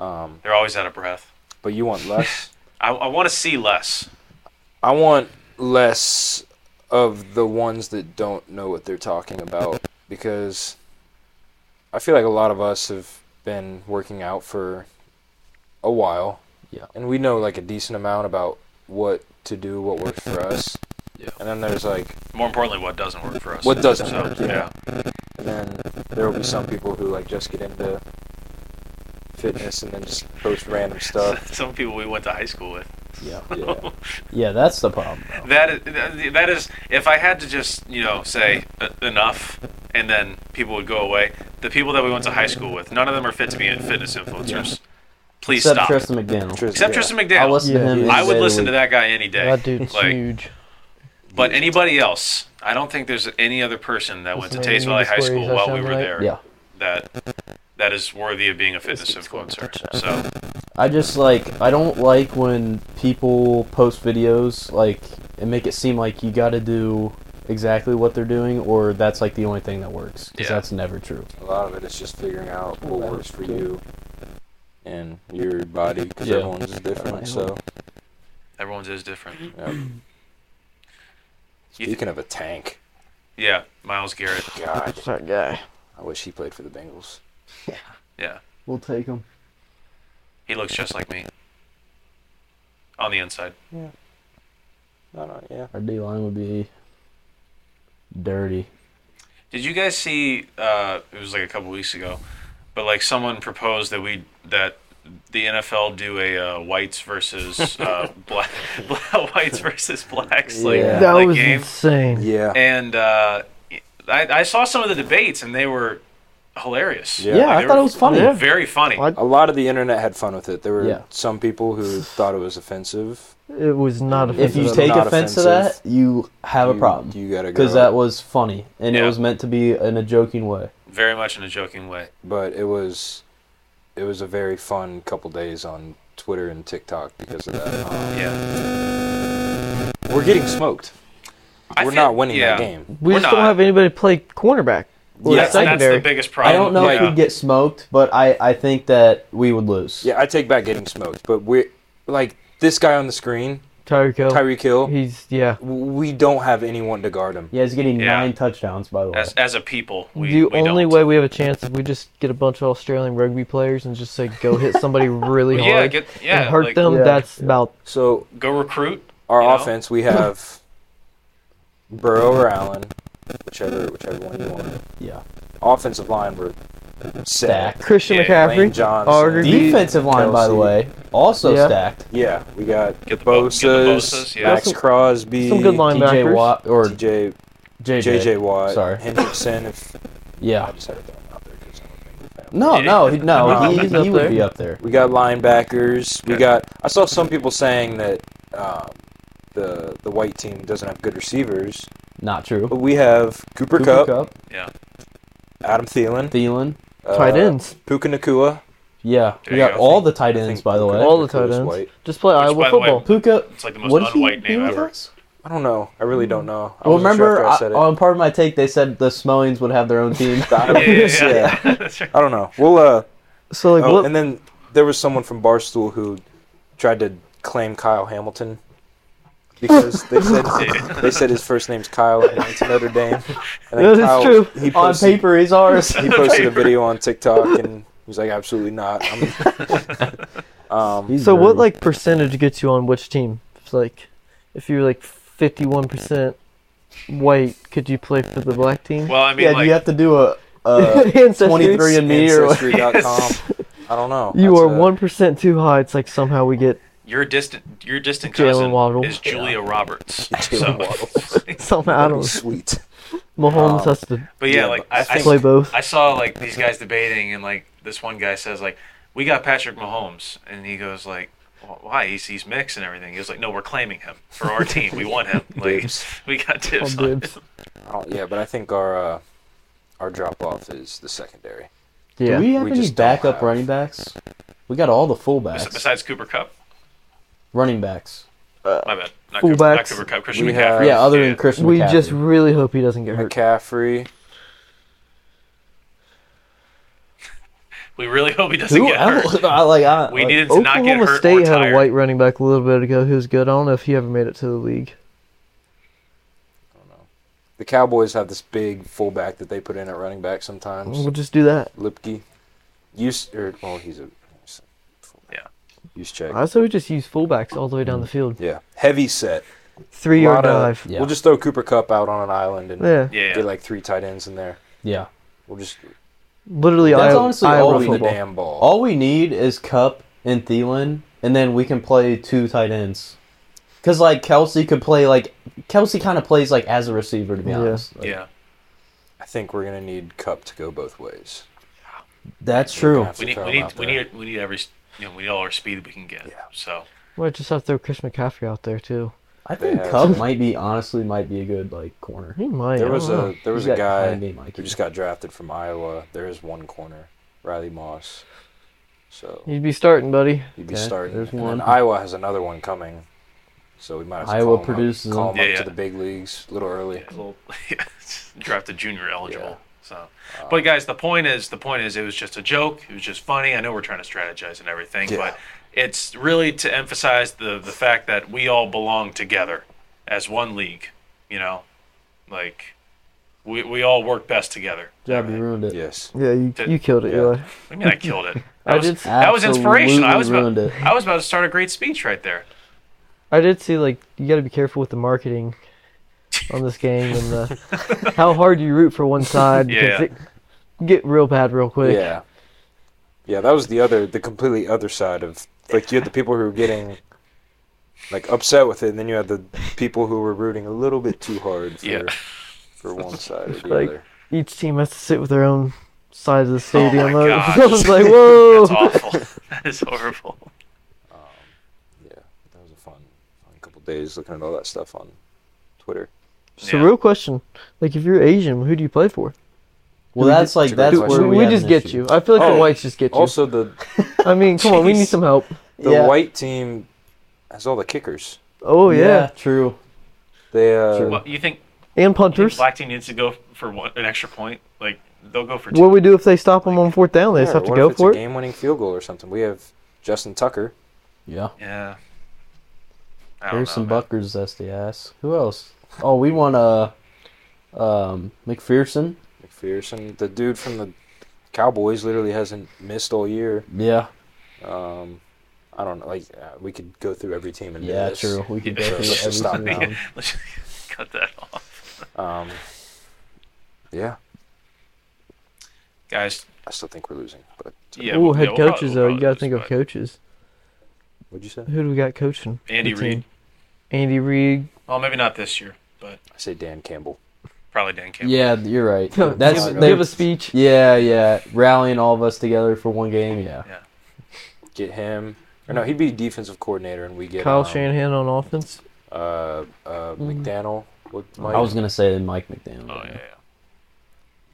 Speaker 4: Um,
Speaker 1: They're always out of breath.
Speaker 4: but you want less.
Speaker 1: I, I want to see less.
Speaker 4: I want less of the ones that don't know what they're talking about because I feel like a lot of us have been working out for a while.
Speaker 6: Yeah.
Speaker 4: And we know like a decent amount about what to do, what works for us.
Speaker 6: Yeah.
Speaker 4: And then there's like
Speaker 1: More importantly, what doesn't work for us?
Speaker 4: What doesn't
Speaker 1: So,
Speaker 4: work,
Speaker 1: yeah.
Speaker 4: yeah. and then there will be some people who like just get into fitness and then just post random stuff.
Speaker 1: Some people we went to high school with.
Speaker 6: yeah,
Speaker 4: Yeah.
Speaker 6: yeah, that's the problem. Bro.
Speaker 1: That is, that is, if I had to just, you know, say "Uh, enough and then people would go away, the people that we went to high school with, none of them are fit to be in fitness influencers. Please
Speaker 6: Except
Speaker 1: stop.
Speaker 6: Tristan McDaniel.
Speaker 1: Except Tristan McDaniel.
Speaker 6: I'll listen to
Speaker 2: Yeah,
Speaker 6: him.
Speaker 2: he
Speaker 6: any
Speaker 1: I
Speaker 6: day
Speaker 1: would
Speaker 6: of the
Speaker 1: listen to
Speaker 6: week.
Speaker 1: that guy any day.
Speaker 2: that dude's
Speaker 1: like,
Speaker 2: huge.
Speaker 1: But anybody else, I don't think there's any other person that went to
Speaker 2: Listen,
Speaker 1: Tays
Speaker 2: you
Speaker 1: Valley
Speaker 2: just
Speaker 1: High
Speaker 2: worry
Speaker 1: School
Speaker 2: that
Speaker 1: while we
Speaker 2: sound
Speaker 1: were
Speaker 2: right?
Speaker 1: there
Speaker 6: Yeah,
Speaker 1: that that is worthy of being a fitness influencer. So
Speaker 6: I just like I don't like when people post videos like and make it seem like you got to do exactly what they're doing or that's like the only thing that works
Speaker 1: Yeah.
Speaker 6: 'cause that's never true.
Speaker 4: A lot of it is just figuring out what works for you and your body because
Speaker 6: Yeah.
Speaker 4: everyone's is different. So,
Speaker 1: everyone's is different.
Speaker 4: yeah. speaking of a tank,
Speaker 1: Yeah, Miles Garrett.
Speaker 4: God,
Speaker 2: that guy.
Speaker 4: I wish he played for the Bengals.
Speaker 1: Yeah,
Speaker 6: We'll take him.
Speaker 1: he looks just like me on the inside.
Speaker 4: No, no, yeah.
Speaker 6: Our D line would be dirty.
Speaker 1: Did you guys see? Uh, it was like a couple weeks ago, but like someone proposed that we that the NFL do a uh, whites versus uh, black, whites versus blacks like
Speaker 6: Yeah.
Speaker 2: That
Speaker 1: like
Speaker 2: was
Speaker 1: game.
Speaker 2: insane.
Speaker 4: Yeah.
Speaker 1: And uh, I, I saw some of the debates, and they were hilarious.
Speaker 4: Yeah.
Speaker 6: Yeah,
Speaker 1: Like,
Speaker 6: I
Speaker 1: they
Speaker 6: thought
Speaker 1: were
Speaker 6: it was funny.
Speaker 2: Yeah.
Speaker 1: Very funny.
Speaker 2: What?
Speaker 4: A lot of the internet had fun with it. There were
Speaker 6: Yeah.
Speaker 4: some people who thought it was offensive.
Speaker 2: It was not
Speaker 6: If you
Speaker 2: offensive.
Speaker 4: Not
Speaker 6: take offense to that,
Speaker 4: offensive.
Speaker 6: you have a
Speaker 4: You-
Speaker 6: problem.
Speaker 4: You gotta go.
Speaker 6: because that was funny and
Speaker 1: Yeah.
Speaker 6: it was meant to be in a joking way.
Speaker 1: Very much in a joking way.
Speaker 4: but it was it was a very fun couple days on Twitter and TikTok because of that. Um,
Speaker 1: Yeah.
Speaker 4: We're getting smoked.
Speaker 1: I
Speaker 4: We're
Speaker 1: feel-
Speaker 4: not winning
Speaker 1: yeah.
Speaker 4: that game.
Speaker 2: we
Speaker 1: we're
Speaker 2: just don't
Speaker 1: not.
Speaker 2: have anybody play cornerback. Or
Speaker 1: That's, that's
Speaker 2: secondary.
Speaker 1: the biggest
Speaker 6: I
Speaker 1: problem.
Speaker 6: don't know if
Speaker 1: Yeah.
Speaker 6: we'd get smoked, but I, I think that we would lose.
Speaker 4: Yeah, I take back getting smoked, but we're like this guy on the screen,
Speaker 2: Tyreek Hill.
Speaker 4: Tyreek Hill.
Speaker 2: He's yeah.
Speaker 4: We don't have anyone to guard him.
Speaker 6: Yeah, he's getting
Speaker 1: Yeah.
Speaker 6: nine touchdowns by the way.
Speaker 1: as, as a people, we,
Speaker 2: the
Speaker 1: we
Speaker 2: only
Speaker 1: don't.
Speaker 2: way we have a chance if we just get a bunch of Australian rugby players and just say go hit somebody really
Speaker 1: Well,
Speaker 2: hard
Speaker 1: yeah, get, yeah,
Speaker 2: and hurt
Speaker 1: like,
Speaker 2: them.
Speaker 6: Yeah.
Speaker 2: That's about
Speaker 4: So
Speaker 1: Go recruit.
Speaker 4: our
Speaker 1: You know?
Speaker 4: offense, we have Burrow or Allen, whichever whichever one you want.
Speaker 6: Yeah.
Speaker 4: Offensive line, we're
Speaker 6: Stacked.
Speaker 4: stacked.
Speaker 2: Christian
Speaker 1: Yeah,
Speaker 4: Lane
Speaker 2: McCaffrey.
Speaker 4: Johnson.
Speaker 2: Auger-
Speaker 6: Defensive line by the
Speaker 4: Kelsey.
Speaker 6: way, also
Speaker 2: Yeah.
Speaker 6: stacked.
Speaker 4: Yeah, we got
Speaker 1: Get the Bo- get the
Speaker 4: Bosa's,
Speaker 1: Bosa's, yeah.
Speaker 4: Max
Speaker 2: Some-
Speaker 4: Crosby,
Speaker 2: some good line-
Speaker 6: TJ
Speaker 2: Linebackers.
Speaker 6: Watt or
Speaker 4: DJ
Speaker 6: JJ.
Speaker 4: JJ Watt,
Speaker 6: Sorry.
Speaker 4: Hendrickson. If I
Speaker 6: Yeah.
Speaker 4: just had to throw him out there 'cause I'm a Bengal fan.
Speaker 6: No,
Speaker 1: Yeah.
Speaker 6: no, he, no,
Speaker 2: Wow.
Speaker 6: he,
Speaker 2: He's up
Speaker 6: he would
Speaker 2: there.
Speaker 6: be up there.
Speaker 4: We got linebackers. We
Speaker 1: Okay.
Speaker 4: got. I saw some people saying that um, the the white team doesn't have good receivers,
Speaker 6: Not true.
Speaker 4: but we have Cooper,
Speaker 6: Cooper
Speaker 4: Cup,
Speaker 6: Kupp,
Speaker 1: Yeah.
Speaker 4: Adam Thielen,
Speaker 6: Thielen.
Speaker 4: uh,
Speaker 2: tight ends.
Speaker 4: Puka Nakua.
Speaker 6: Yeah,
Speaker 1: There
Speaker 6: we
Speaker 1: you
Speaker 6: got
Speaker 1: go.
Speaker 6: all the tight
Speaker 4: I
Speaker 6: ends,
Speaker 4: think
Speaker 6: by the
Speaker 4: Puka
Speaker 6: way.
Speaker 2: All the
Speaker 4: Nakua's
Speaker 2: tight ends.
Speaker 4: white.
Speaker 2: Just play Iowa
Speaker 1: by the way,
Speaker 2: football.
Speaker 6: Puka,
Speaker 1: It's like the most
Speaker 6: what did he
Speaker 1: unwhite
Speaker 6: do
Speaker 1: name
Speaker 6: with
Speaker 1: ever.
Speaker 6: us?
Speaker 4: I don't know. I really don't know. I
Speaker 6: Well,
Speaker 4: wasn't sure
Speaker 6: remember,
Speaker 4: after I said
Speaker 6: I-
Speaker 4: it.
Speaker 6: on part of my take, they said the Smoans would have their own team.
Speaker 1: Yeah, yeah, yeah.
Speaker 4: Yeah. I don't know. We'll uh.
Speaker 2: So like,
Speaker 4: oh,
Speaker 2: what?
Speaker 4: and then there was someone from Barstool who tried to claim Kyle Hamilton because they said they said his first name's Kyle and he went to Notre Dame. And
Speaker 2: That is
Speaker 4: Kyle,
Speaker 2: true.
Speaker 4: He
Speaker 6: on
Speaker 4: posted,
Speaker 6: paper, he's ours.
Speaker 4: he posted a video on TikTok and he's like, "Absolutely not." I'm, um,
Speaker 2: So what like percentage gets you on which team? It's like, if you're like fifty-one percent white, could you play for the black team?
Speaker 1: Well, I mean,
Speaker 6: yeah,
Speaker 1: like,
Speaker 6: do you have to do a, a
Speaker 2: Ancestry.
Speaker 6: 23 Uh, and me or what?
Speaker 4: ancestry.com. I don't know.
Speaker 2: You
Speaker 4: That's
Speaker 2: are
Speaker 4: a-
Speaker 2: one percent too high. It's like somehow we get
Speaker 1: your distant your distant
Speaker 2: Jalen
Speaker 1: cousin
Speaker 2: Waddle.
Speaker 1: is Julia Roberts.
Speaker 4: Jalen
Speaker 1: So,
Speaker 2: somehow I
Speaker 4: That'd be
Speaker 2: don't.
Speaker 4: sweet.
Speaker 2: Mahomes
Speaker 6: Uh,
Speaker 4: Um,
Speaker 2: has to
Speaker 1: but yeah,
Speaker 4: Yeah,
Speaker 1: like
Speaker 4: but I
Speaker 1: I, I,
Speaker 2: play both.
Speaker 1: I saw like these guys debating, and like this one guy says like, "We got Patrick Mahomes," and he goes like, well, "Why? He's he's mixed and everything." He was like, "No, we're claiming him for our team. We want him. Like
Speaker 4: Dibs.
Speaker 1: we got
Speaker 2: on
Speaker 1: tips on him."
Speaker 2: dibs.
Speaker 4: I don't- Oh, yeah, but I think our uh, our drop off is the secondary.
Speaker 6: Do
Speaker 2: Yeah.
Speaker 6: we have
Speaker 4: We
Speaker 6: any
Speaker 4: just don't
Speaker 6: backup
Speaker 4: have-
Speaker 6: running backs? We got all the
Speaker 1: Bes-
Speaker 6: fullbacks.
Speaker 1: Besides Cooper Cup,
Speaker 6: running backs.
Speaker 1: my bad. Not Cooper, not
Speaker 2: Fullbacks.
Speaker 1: Cooper Cup. Christian
Speaker 4: We
Speaker 1: McCaffrey.
Speaker 4: have-
Speaker 6: Yeah, other than Christian
Speaker 2: We
Speaker 6: McCaffrey.
Speaker 2: just really hope he doesn't get hurt.
Speaker 4: McCaffrey.
Speaker 1: we really hope he doesn't
Speaker 6: Who
Speaker 1: get
Speaker 6: else?
Speaker 1: hurt.
Speaker 6: I, like, I,
Speaker 1: We
Speaker 6: like,
Speaker 1: needed to not get
Speaker 2: Oklahoma
Speaker 1: hurt or
Speaker 2: State had
Speaker 1: tired.
Speaker 2: a white running back a little bit ago who was good. I don't know if he ever made it to the league.
Speaker 4: The Cowboys have this big fullback that they put in at running back sometimes.
Speaker 2: We'll just do that.
Speaker 4: Lipke. Use or well, he's a he's a fullback. Use check.
Speaker 2: I say we just use fullbacks all the way down the field.
Speaker 4: Yeah, heavy set.
Speaker 2: Three yard
Speaker 4: Lot of-
Speaker 2: dive.
Speaker 6: Yeah.
Speaker 4: We'll just throw Cooper Cup out on an island and
Speaker 2: Yeah.
Speaker 1: Yeah.
Speaker 4: get like three tight ends in there.
Speaker 6: yeah.
Speaker 4: We'll just
Speaker 2: Literally,
Speaker 6: That's
Speaker 2: Iowa,
Speaker 6: honestly
Speaker 2: Iowa
Speaker 6: all we
Speaker 4: run the
Speaker 2: football.
Speaker 6: football.
Speaker 4: damn ball.
Speaker 6: All we need is Cup and Thielen, and then we can play two tight ends. Because, like, Kelsey could play, like, Kelsey kind of plays, like, as a receiver, to be
Speaker 2: Yeah.
Speaker 6: honest. Like,
Speaker 1: Yeah,
Speaker 4: I think we're gonna need Cup to go both ways.
Speaker 6: That's
Speaker 4: We're gonna
Speaker 6: true.
Speaker 4: have to
Speaker 1: we need
Speaker 4: throw
Speaker 1: we
Speaker 4: him
Speaker 1: need
Speaker 4: out
Speaker 1: we
Speaker 4: there.
Speaker 1: need we need every s- you know we need all our speed we can get.
Speaker 4: Yeah.
Speaker 1: So
Speaker 2: Might just have to throw Chris McCaffrey out there too.
Speaker 6: I
Speaker 4: They
Speaker 6: think
Speaker 4: have-
Speaker 6: Cup might be, honestly, might be a good, like, corner.
Speaker 2: He might.
Speaker 4: There
Speaker 2: I
Speaker 4: was
Speaker 2: don't know.
Speaker 4: a there was
Speaker 6: He's
Speaker 4: a
Speaker 6: got
Speaker 4: guy
Speaker 6: behind me, Mikey.
Speaker 4: who just got drafted from Iowa. There is one corner, Riley Moss. So
Speaker 2: You'd be starting, buddy.
Speaker 4: he'd be
Speaker 6: Okay,
Speaker 4: starting.
Speaker 6: there's
Speaker 4: and
Speaker 6: one.
Speaker 4: then Iowa has another one coming, so we might have to call
Speaker 6: Iowa
Speaker 4: him
Speaker 6: produces
Speaker 4: up, call
Speaker 6: them.
Speaker 4: him
Speaker 1: Yeah,
Speaker 4: up
Speaker 1: yeah.
Speaker 4: to the big leagues a little early.
Speaker 1: a little drafted junior eligible.
Speaker 4: Yeah.
Speaker 1: So, but guys, the point is, the point is, it was just a joke. It was just funny. I know we're trying to strategize and everything,
Speaker 4: Yeah.
Speaker 1: but it's really to emphasize the the fact that we all belong together as one league. You know, like we we all work best together.
Speaker 6: Jab, you ruined it.
Speaker 4: Yes.
Speaker 2: Yeah, you,
Speaker 1: Did-
Speaker 2: you killed it,
Speaker 4: yeah.
Speaker 2: Eli.
Speaker 1: I mean, I killed it. That
Speaker 2: I
Speaker 1: was,
Speaker 2: did-
Speaker 1: that was inspirational. I was about,
Speaker 6: Absolutely ruined
Speaker 1: I was about to start a great speech right there.
Speaker 2: I did see like you got to be careful with the marketing on this game and the, how hard you root for one side
Speaker 1: Yeah.
Speaker 2: because it can get real bad real quick.
Speaker 4: Yeah. Yeah, that was the other, the completely other side of like you had the people who were getting like upset with it, and then you had the people who were rooting a little bit too hard for
Speaker 1: Yeah.
Speaker 4: for one side or the
Speaker 2: Like-
Speaker 4: other.
Speaker 2: Each team has to sit with their own side of the
Speaker 1: Oh
Speaker 2: stadium.
Speaker 1: my
Speaker 2: I
Speaker 1: gosh.
Speaker 2: was like, whoa.
Speaker 1: That's awful. that is horrible.
Speaker 4: Yeah, that was a fun, fun couple days looking at all that stuff on Twitter.
Speaker 2: So,
Speaker 1: Yeah.
Speaker 2: real question: like, if you're Asian, who do you play for?
Speaker 6: Well, that's like
Speaker 4: Dude,
Speaker 6: that's
Speaker 4: we-
Speaker 6: where
Speaker 2: we,
Speaker 6: we, have
Speaker 2: just
Speaker 6: an
Speaker 2: get
Speaker 6: issue.
Speaker 2: you. I feel like
Speaker 4: Oh,
Speaker 2: the whites just get you.
Speaker 4: Also, the
Speaker 2: I mean, come on, we need
Speaker 4: Jeez.
Speaker 2: some help.
Speaker 4: the
Speaker 6: Yeah.
Speaker 4: white team has all the kickers.
Speaker 2: Oh
Speaker 6: yeah.
Speaker 2: yeah,
Speaker 6: true.
Speaker 4: They uh,
Speaker 6: Sure.
Speaker 1: Well, you think
Speaker 2: and
Speaker 1: Team
Speaker 2: punters.
Speaker 1: Black team needs to go for one, an extra point. Like they'll go for two.
Speaker 2: What do we do if they stop them on fourth down? They just
Speaker 4: yeah,
Speaker 2: have to
Speaker 4: what
Speaker 2: go
Speaker 4: if it's
Speaker 2: for
Speaker 4: a
Speaker 2: it.
Speaker 4: game-winning field goal or something. We have Justin Tucker.
Speaker 6: Yeah.
Speaker 1: yeah. I don't
Speaker 6: There's
Speaker 1: know,
Speaker 6: some
Speaker 1: man.
Speaker 6: Buckers zesty ass. Who else? Oh, we want uh um McPherson.
Speaker 4: McPherson, the dude from the Cowboys, literally hasn't missed all year.
Speaker 6: Yeah.
Speaker 4: Um, I don't know. Like uh, we could go through every team and do
Speaker 6: Yeah,
Speaker 4: this.
Speaker 6: true. We could go
Speaker 1: Yeah.
Speaker 6: through
Speaker 4: Let's
Speaker 6: every
Speaker 4: just stop
Speaker 6: single
Speaker 4: now.
Speaker 6: one.
Speaker 1: Let's cut that off,
Speaker 4: Um, yeah,
Speaker 1: guys.
Speaker 4: I still think we're losing. But
Speaker 1: Yeah.
Speaker 2: Ooh,
Speaker 1: we-
Speaker 2: head
Speaker 1: yeah, we'll probably-
Speaker 2: coaches
Speaker 1: we'll
Speaker 2: though. You
Speaker 1: probably
Speaker 2: gotta
Speaker 1: lose,
Speaker 2: think of
Speaker 1: but-
Speaker 2: coaches.
Speaker 4: what'd you say?
Speaker 2: Who do we got coaching?
Speaker 1: Andy
Speaker 2: the team?
Speaker 1: Reid.
Speaker 2: Andy Reid.
Speaker 1: Well, maybe not this year, but
Speaker 4: I say Dan Campbell.
Speaker 1: probably Dan Campbell.
Speaker 6: Yeah, you're right. That's
Speaker 2: give,
Speaker 6: they,
Speaker 2: give a speech.
Speaker 6: Yeah, yeah. Rallying all of us together for one game, yeah.
Speaker 4: Get him. Or no, he'd be defensive coordinator, and we get
Speaker 2: Kyle
Speaker 4: um,
Speaker 2: Shanahan Mm-hmm. on offense.
Speaker 4: Uh, uh, McDaniel. What, Mike?
Speaker 6: I was gonna say Mike McDaniel.
Speaker 1: Oh yeah. yeah.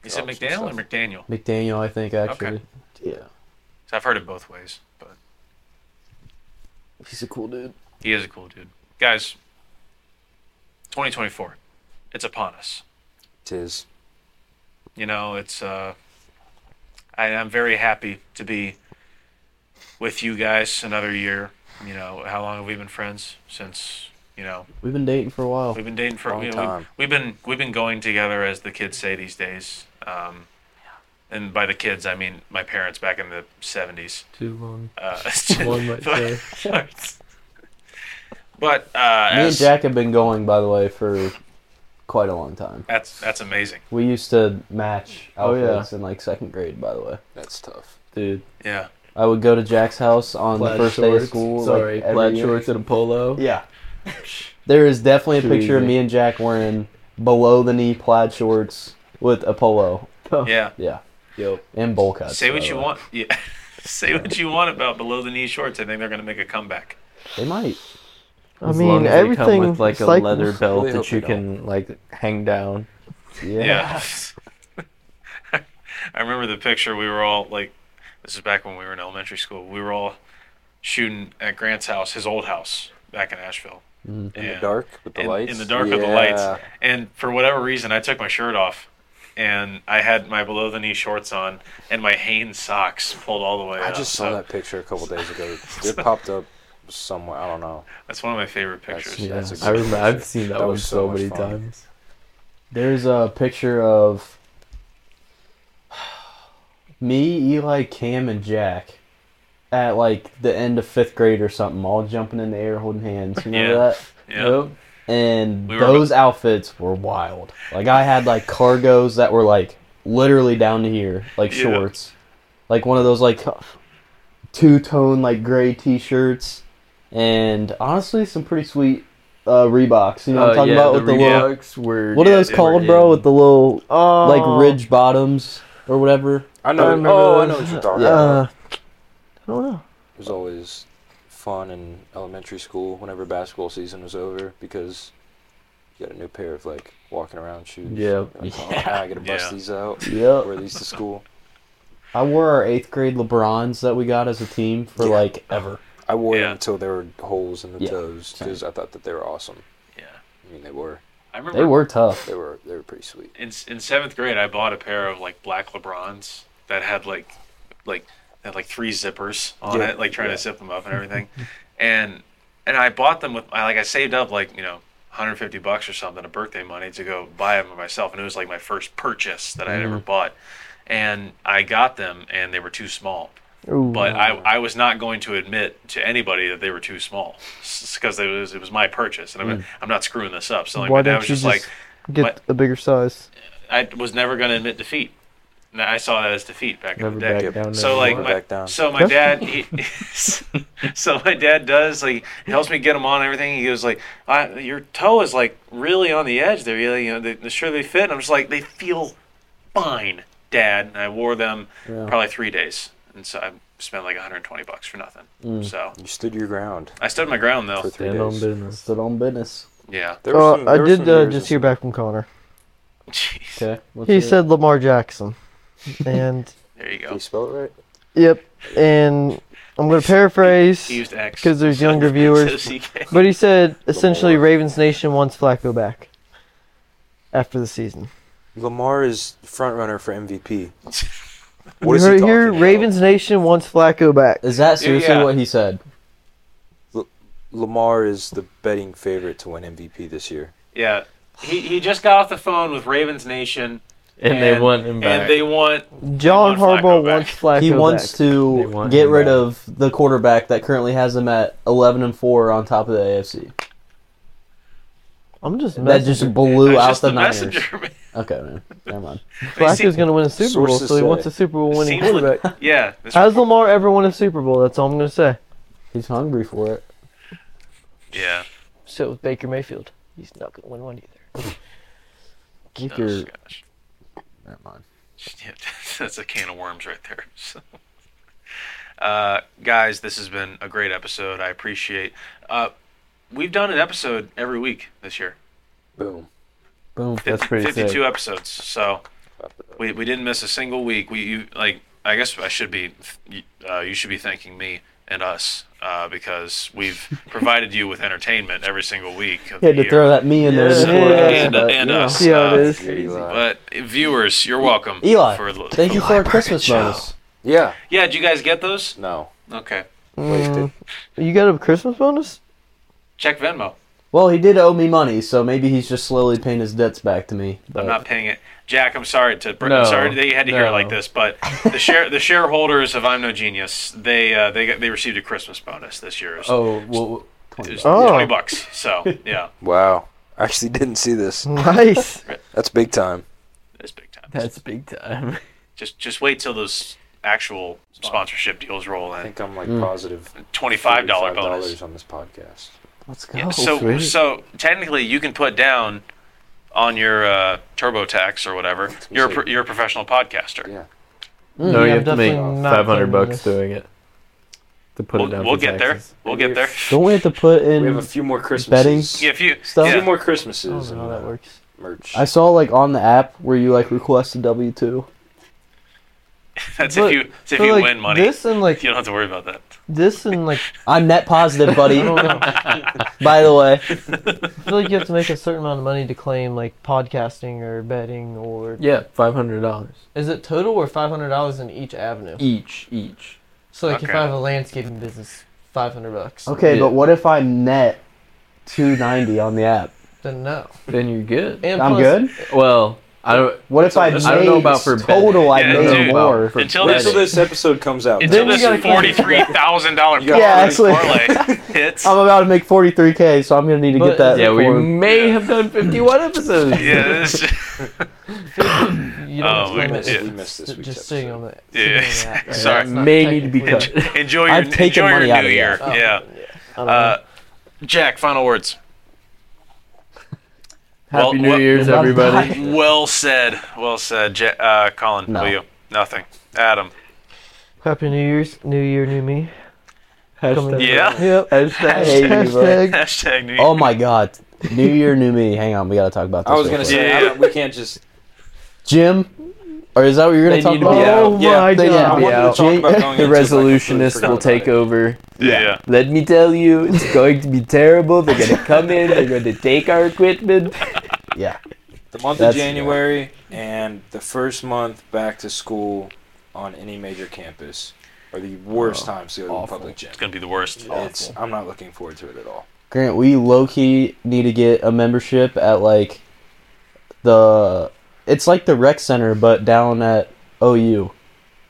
Speaker 1: You said
Speaker 4: Drops and
Speaker 1: McDaniel or
Speaker 4: stuff.
Speaker 1: McDaniel?
Speaker 6: McDaniel, I think actually.
Speaker 1: Okay.
Speaker 6: Yeah,
Speaker 1: 'Cause I've heard it both ways, but
Speaker 6: he's a cool dude.
Speaker 1: he is a cool dude. Guys, 2024, it's upon us.
Speaker 4: Tis.
Speaker 1: you know it's uh I, i'm very happy to be with you guys another year you know how long have we been friends since you know
Speaker 6: We've been dating for a while.
Speaker 1: we've been dating for
Speaker 4: Long
Speaker 1: you know,
Speaker 4: time.
Speaker 1: We've, we've been we've been going together as the kids say these days um and by the kids i mean my parents back in the 70s
Speaker 3: Too long.
Speaker 1: uh,
Speaker 3: One might say.
Speaker 1: but uh
Speaker 6: Me and
Speaker 1: as,
Speaker 6: Jack have been going, by the way, for quite a long time.
Speaker 1: that's that's amazing
Speaker 6: We used to match
Speaker 3: Oh, yeah.
Speaker 6: outfits in like second grade, by the way.
Speaker 4: That's tough.
Speaker 3: Dude,
Speaker 1: yeah
Speaker 6: I would go to Jack's house on
Speaker 3: plaid
Speaker 6: the first
Speaker 3: shorts.
Speaker 6: day of school.
Speaker 3: Sorry,
Speaker 6: like, every
Speaker 3: plaid
Speaker 6: year.
Speaker 3: shorts and a polo.
Speaker 6: Yeah. There is definitely a
Speaker 3: Too
Speaker 6: picture of
Speaker 3: easy.
Speaker 6: me and Jack wearing below the knee plaid shorts with a polo.
Speaker 1: yeah
Speaker 6: Yeah.
Speaker 3: Yep.
Speaker 6: And bowl cuts.
Speaker 1: say
Speaker 6: by
Speaker 1: what
Speaker 6: the
Speaker 1: you
Speaker 6: way.
Speaker 1: want yeah say what you want about below the knee shorts i think they're going to make a comeback
Speaker 6: They might.
Speaker 2: I mean, everything
Speaker 3: come with like a
Speaker 2: cycles.
Speaker 3: leather belt
Speaker 4: Really
Speaker 3: that
Speaker 4: hope
Speaker 3: you
Speaker 4: they
Speaker 3: can like hang down.
Speaker 6: Yeah.
Speaker 1: Yeah. I remember the picture. We were all like, this is back when we were in elementary school. We were all shooting at Grant's house, his old house back in Asheville.
Speaker 4: In
Speaker 1: Yeah.
Speaker 4: the dark with the
Speaker 1: in,
Speaker 4: lights.
Speaker 1: in the dark with the lights.
Speaker 4: Yeah.
Speaker 1: And for whatever reason, I took my shirt off, and I had my below the knee shorts on and my Hanes socks pulled all the way.
Speaker 4: I
Speaker 1: up.
Speaker 4: just saw
Speaker 1: So
Speaker 4: that picture a couple days ago. It popped up somewhere. I don't know.
Speaker 1: That's one of my favorite
Speaker 4: That's-
Speaker 1: pictures.
Speaker 4: yeah. That's a
Speaker 3: I
Speaker 4: good
Speaker 3: remember,
Speaker 4: picture.
Speaker 3: I've seen that,
Speaker 4: That
Speaker 3: one
Speaker 4: was
Speaker 3: so
Speaker 4: so
Speaker 3: many
Speaker 4: much fun.
Speaker 3: times.
Speaker 6: There's a picture of me, Eli, Cam, and Jack at like the end of fifth grade or something, all jumping in the air holding hands. You know
Speaker 1: Yeah.
Speaker 6: that?
Speaker 1: Yeah.
Speaker 6: And
Speaker 1: We were-
Speaker 6: those outfits were wild. Like I had like cargos that were like literally down to here, like
Speaker 1: Yeah.
Speaker 6: shorts, like one of those like two tone like gray t shirts, and honestly some pretty sweet uh, Reeboks. You know what I'm
Speaker 3: Uh,
Speaker 6: talking
Speaker 3: yeah,
Speaker 6: about with the little
Speaker 3: Reeboks were-
Speaker 6: what are
Speaker 1: Yeah,
Speaker 6: those
Speaker 1: they were
Speaker 6: called, bro?
Speaker 3: in-
Speaker 6: With the little
Speaker 2: Oh,
Speaker 6: like ridge bottoms or whatever.
Speaker 4: I know.
Speaker 2: remember
Speaker 4: oh, I know
Speaker 2: those.
Speaker 4: what you're talking about.
Speaker 2: Uh, I don't know.
Speaker 4: It was always fun in elementary school whenever basketball season was over because you got a new pair of like walking around shoes.
Speaker 3: Yeah.
Speaker 4: You're Like, oh, now I gotta bust
Speaker 1: Yeah.
Speaker 4: these out.
Speaker 6: Yep.
Speaker 4: Wear these to school.
Speaker 6: I wore our eighth grade LeBrons that we got as a team for
Speaker 4: Yeah.
Speaker 6: like ever.
Speaker 4: I wore
Speaker 1: Yeah.
Speaker 4: them until there were holes in the
Speaker 6: Yeah,
Speaker 4: toes because I thought that they were awesome.
Speaker 1: Yeah.
Speaker 4: I mean, they were.
Speaker 1: I remember
Speaker 6: They were tough.
Speaker 4: They were. They were pretty sweet.
Speaker 1: in in seventh grade, I bought a pair of like black Lebrons that had like like had like three zippers on
Speaker 4: Yeah,
Speaker 1: it, like trying
Speaker 4: yeah.
Speaker 1: to zip them up and everything, and and I bought them with I like I saved up like you know 150 bucks or something of birthday money to go buy them for myself, and it was like my first purchase that I had
Speaker 2: Mm.
Speaker 1: ever bought, and I got them and they were too small.
Speaker 2: Ooh.
Speaker 1: But I, I was not going to admit to anybody that they were too small because it was, it was my purchase and I'm, I'm not screwing this up. So like
Speaker 2: Mm. Why
Speaker 1: my dad
Speaker 2: don't
Speaker 1: was
Speaker 2: you
Speaker 1: just
Speaker 2: just
Speaker 1: like,
Speaker 2: get
Speaker 1: but-
Speaker 2: a bigger size?
Speaker 1: I was never going to admit defeat. And I saw that as defeat back
Speaker 3: Never
Speaker 1: in the day.
Speaker 3: back down.
Speaker 1: So like
Speaker 3: never
Speaker 1: my,
Speaker 4: back down.
Speaker 1: so my dad, he, so my dad does like he helps me get them on and everything. He goes like, I, "Your toe is like really on the edge. They're really you know they, they're sure they fit." And I'm just like, "They feel fine, Dad." And I wore them probably three days, and so I spent like 120 bucks for nothing. So
Speaker 4: You stood your ground
Speaker 1: I stood my ground though.
Speaker 4: for three
Speaker 3: stand on
Speaker 4: days.
Speaker 3: business.
Speaker 6: Stood on business.
Speaker 1: Yeah.
Speaker 4: There
Speaker 2: Uh,
Speaker 4: were some-
Speaker 2: I
Speaker 4: there were
Speaker 2: did
Speaker 4: some
Speaker 2: uh,
Speaker 4: years
Speaker 2: just
Speaker 4: in-
Speaker 2: hear back from Connor.
Speaker 1: Jeez.
Speaker 6: Okay. let's
Speaker 2: He
Speaker 6: hear it.
Speaker 2: said Lamar Jackson, and
Speaker 1: There you
Speaker 4: Did
Speaker 1: go.
Speaker 4: you spell it right?
Speaker 2: yep, and I'm gonna paraphrase.
Speaker 1: He used X
Speaker 2: 'Cause there's younger viewers.
Speaker 1: CK.
Speaker 2: But he said essentially
Speaker 4: Lamar.
Speaker 2: Ravens Nation wants Flacco back after the season.
Speaker 4: Lamar is front runner for MVP.
Speaker 2: You
Speaker 4: is he
Speaker 2: heard
Speaker 4: talking
Speaker 2: here,
Speaker 4: about?
Speaker 2: Ravens Nation wants Flacco back.
Speaker 6: Is that seriously
Speaker 1: Yeah.
Speaker 6: what he said?
Speaker 4: Lamar is the betting favorite to win MVP this year.
Speaker 1: Yeah. He, he just got off the phone with Ravens Nation,
Speaker 3: And, they want him back.
Speaker 1: And they want
Speaker 2: John
Speaker 1: want
Speaker 2: Harbaugh
Speaker 1: Flacco back.
Speaker 2: wants Flacco
Speaker 6: He wants
Speaker 2: back.
Speaker 3: They
Speaker 6: to
Speaker 3: want
Speaker 6: get
Speaker 3: him
Speaker 6: rid
Speaker 3: back.
Speaker 6: of the quarterback that currently has them at 11 and 4 on top of the AFC.
Speaker 2: I'm just
Speaker 6: That
Speaker 2: messing.
Speaker 6: just blew
Speaker 1: That's
Speaker 6: out
Speaker 1: just
Speaker 6: the,
Speaker 1: the
Speaker 6: Niners.
Speaker 1: messenger. man.
Speaker 6: Okay, man. Never mind.
Speaker 2: Flacco's going to win a Super Bowl,
Speaker 4: Sources
Speaker 2: so he
Speaker 4: say.
Speaker 2: wants a Super Bowl winning
Speaker 1: Seems like-
Speaker 2: quarterback.
Speaker 1: yeah. This
Speaker 2: Has Lamar ever won a Super Bowl? That's all I'm going to say.
Speaker 6: He's hungry for it.
Speaker 1: yeah. Oh,
Speaker 2: So with Baker Mayfield, he's not going to win one either.
Speaker 6: Keep
Speaker 1: Oh,
Speaker 6: your.
Speaker 1: gosh.
Speaker 6: Never mind.
Speaker 1: Yeah, that's a can of worms right there. So, uh, guys, this has been a great episode. I appreciate. Uh, we've done an episode every week this year.
Speaker 4: Boom.
Speaker 3: Boom.
Speaker 1: Fif-
Speaker 3: That's pretty sick.
Speaker 1: Fifty-two episodes. So We, we didn't miss a single week. We you, like I guess I should be uh, you should be thanking me and us uh, because we've provided you with entertainment every single week. Of
Speaker 6: He had
Speaker 1: the
Speaker 6: to
Speaker 1: year.
Speaker 6: throw that me in there.
Speaker 2: Yeah.
Speaker 6: just for us,
Speaker 1: and,
Speaker 6: but,
Speaker 1: and
Speaker 6: you know.
Speaker 1: us.
Speaker 2: See how
Speaker 1: uh,
Speaker 2: it is.
Speaker 4: Eli.
Speaker 1: But viewers, you're welcome.
Speaker 6: Eli,
Speaker 1: for l-
Speaker 6: Thank you for our
Speaker 1: Burton
Speaker 6: Christmas
Speaker 1: show.
Speaker 6: bonus.
Speaker 4: Yeah.
Speaker 1: Yeah, did you guys get those?
Speaker 4: No.
Speaker 1: Okay,
Speaker 2: Mm.
Speaker 4: Wasted.
Speaker 2: You got a Christmas bonus?
Speaker 1: check Venmo.
Speaker 6: Well, he did owe me money, so maybe he's just slowly paying his debts back to me. But
Speaker 1: I'm not paying it, Jack. I'm sorry to Br-
Speaker 3: No,
Speaker 1: I'm sorry that you had to hear it like
Speaker 3: no.
Speaker 1: this, but the share the shareholders of I'm No Genius they uh, they got, they received a Christmas bonus this year. It was,
Speaker 3: Oh, well,
Speaker 1: it was
Speaker 2: Oh.
Speaker 1: twenty bucks. So yeah,
Speaker 4: Wow. I actually didn't see this.
Speaker 2: Nice.
Speaker 4: That's big time.
Speaker 1: it's big time.
Speaker 3: that's big time.
Speaker 1: just just wait till those actual sponsorship deals roll in.
Speaker 4: I'm like
Speaker 2: Mm.
Speaker 4: positive
Speaker 1: Twenty five dollar bonus.
Speaker 4: $35 on this podcast.
Speaker 6: let's go.
Speaker 2: Oh,
Speaker 1: Yeah, so so technically you can put down on your uh, TurboTax or whatever. You're a,
Speaker 4: say-
Speaker 1: pro- you're a professional podcaster.
Speaker 4: Yeah.
Speaker 3: no,
Speaker 2: Mm, yeah,
Speaker 3: you
Speaker 2: I'm
Speaker 3: have to make
Speaker 2: definitely not
Speaker 3: 500
Speaker 2: putting
Speaker 3: bucks
Speaker 2: this.
Speaker 3: doing it to put it
Speaker 1: We'll,
Speaker 3: down.
Speaker 1: we'll
Speaker 3: for
Speaker 1: get there.
Speaker 3: taxes.
Speaker 1: We'll get there.
Speaker 6: Don't we have to put
Speaker 4: We have
Speaker 6: in?
Speaker 4: a few more
Speaker 6: betting
Speaker 4: Christmases.
Speaker 1: Yeah, if you
Speaker 6: Stuff?
Speaker 4: A few
Speaker 1: yeah.
Speaker 4: more
Speaker 2: I
Speaker 4: Christmases
Speaker 2: don't know how
Speaker 4: and
Speaker 2: that
Speaker 4: uh,
Speaker 2: works.
Speaker 4: merch.
Speaker 6: I saw like on the app where you like request a W two.
Speaker 1: That's
Speaker 2: But-
Speaker 1: if you that's if
Speaker 2: So,
Speaker 1: you
Speaker 2: like,
Speaker 1: win money.
Speaker 2: This and like
Speaker 1: You don't have to worry about that.
Speaker 2: this and like
Speaker 6: I'm net positive, buddy.
Speaker 2: I don't know. I
Speaker 6: by the way,
Speaker 2: feel like you have to make a certain amount of money to claim like podcasting or betting or
Speaker 3: Yeah, $500
Speaker 2: is it total or five hundred dollars in each avenue?
Speaker 3: each, each.
Speaker 2: So like if
Speaker 1: Okay.
Speaker 2: I have a landscaping business, five hundred bucks.
Speaker 6: okay,
Speaker 3: Yeah.
Speaker 6: but what if I'm net two ninety on the app?
Speaker 2: Then no.
Speaker 3: Then you're good.
Speaker 2: And
Speaker 6: I'm
Speaker 2: plus-
Speaker 6: good.
Speaker 3: Well, I don't.
Speaker 6: What if I made
Speaker 1: I
Speaker 3: don't know about for
Speaker 6: total? I
Speaker 1: betting. Yeah,
Speaker 6: made
Speaker 1: dude.
Speaker 6: more.
Speaker 3: For
Speaker 1: Until
Speaker 4: Wait
Speaker 1: this
Speaker 4: till this episode comes out.
Speaker 1: until
Speaker 2: Then you
Speaker 1: this
Speaker 2: gotta keep-
Speaker 1: forty three thousand dollar
Speaker 4: You got-
Speaker 6: Yeah, actually. Oh.
Speaker 1: parlay hits.
Speaker 6: I'm about to make forty three k, so I'm gonna need to
Speaker 2: But-
Speaker 6: get that.
Speaker 3: Yeah, we
Speaker 6: form.
Speaker 3: may have done 51 episodes.
Speaker 1: Yeah, this,
Speaker 2: You
Speaker 1: Oh,
Speaker 2: don't
Speaker 1: we
Speaker 2: claim
Speaker 1: missed-
Speaker 2: it.
Speaker 1: we
Speaker 4: missed this
Speaker 2: Just-
Speaker 4: week's
Speaker 2: just sitting on the
Speaker 1: Yeah,
Speaker 2: sitting on the app.
Speaker 1: sorry.
Speaker 2: That's not
Speaker 3: May need to be
Speaker 2: technically-
Speaker 3: cut.
Speaker 1: enjoy your
Speaker 6: I've taken
Speaker 1: enjoy your
Speaker 6: money out
Speaker 1: new
Speaker 6: of
Speaker 1: year.
Speaker 6: that.
Speaker 2: Oh,
Speaker 1: Yeah.
Speaker 2: I don't
Speaker 1: Uh, Jack, final words. Well,
Speaker 3: Happy New
Speaker 1: well-
Speaker 3: Year's,
Speaker 6: Well,
Speaker 3: everybody.
Speaker 1: Well said. Well said. Ja- uh, Colin,
Speaker 6: No.
Speaker 1: will you? Nothing. Adam.
Speaker 2: know. Happy New Year's, New Year, new me. Coming-
Speaker 3: Hashtag,
Speaker 1: Yeah.
Speaker 2: Yep.
Speaker 6: I
Speaker 3: hashtag,
Speaker 6: hate you, bro.
Speaker 2: Hashtag.
Speaker 1: Hashtag New Year.
Speaker 6: Oh my god. New year, new me. Hang on, we gotta talk about this.
Speaker 4: I was
Speaker 6: real
Speaker 4: gonna
Speaker 6: quick.
Speaker 4: say
Speaker 1: Yeah,
Speaker 4: I
Speaker 1: yeah.
Speaker 4: don't- we can't just.
Speaker 6: Jim, or is that what you're gonna
Speaker 3: They
Speaker 6: talk
Speaker 3: need to be
Speaker 6: about?
Speaker 4: Yeah.
Speaker 2: Oh
Speaker 4: Yeah.
Speaker 2: my
Speaker 6: They
Speaker 2: god.
Speaker 6: need to
Speaker 4: wanted
Speaker 6: be
Speaker 4: to
Speaker 6: out.
Speaker 4: talk about going
Speaker 3: the
Speaker 4: into it, but I completely
Speaker 3: resolutionists
Speaker 4: forgot
Speaker 3: will
Speaker 4: about
Speaker 3: take
Speaker 4: it.
Speaker 3: over.
Speaker 1: yeah. yeah.
Speaker 3: Let me tell you, it's going to be terrible. They're going to come in, they're going to take our equipment.
Speaker 6: Yeah.
Speaker 4: The month
Speaker 6: That's-
Speaker 4: of January and the first month back to school on any major campus are the worst times to go to the
Speaker 6: Oh, awful.
Speaker 4: public gym.
Speaker 1: It's gonna be the worst.
Speaker 4: It's, I'm not looking forward to it at all.
Speaker 6: Grant, we low key need to get a membership at like the. It's like the rec center, but down at OU.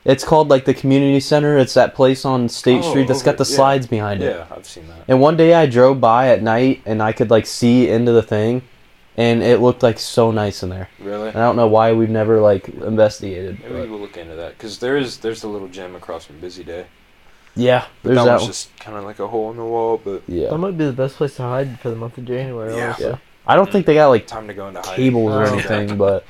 Speaker 6: It's called like the community center. It's that place on State
Speaker 4: Oh,
Speaker 6: Street that's
Speaker 4: over-
Speaker 6: got the
Speaker 4: yeah.
Speaker 6: slides behind it.
Speaker 4: Yeah, I've seen that.
Speaker 6: And one day I drove by at night and I could like see into the thing, and it looked like so nice in there.
Speaker 4: Really?
Speaker 6: And I don't know why we've never like investigated.
Speaker 4: Maybe
Speaker 6: But
Speaker 4: we'll look into that because there is there's the little gym across from Busy Day.
Speaker 6: yeah,
Speaker 4: But
Speaker 6: there's
Speaker 4: that,
Speaker 6: that
Speaker 4: one's
Speaker 6: one.
Speaker 4: just kind of like a hole in the wall, but
Speaker 6: Yeah.
Speaker 2: That might be the best place to hide for the month of January.
Speaker 4: Yeah.
Speaker 2: honestly.
Speaker 6: Yeah. I don't think they got like
Speaker 4: time to go into hiding.
Speaker 6: cables or
Speaker 2: Oh.
Speaker 6: anything, but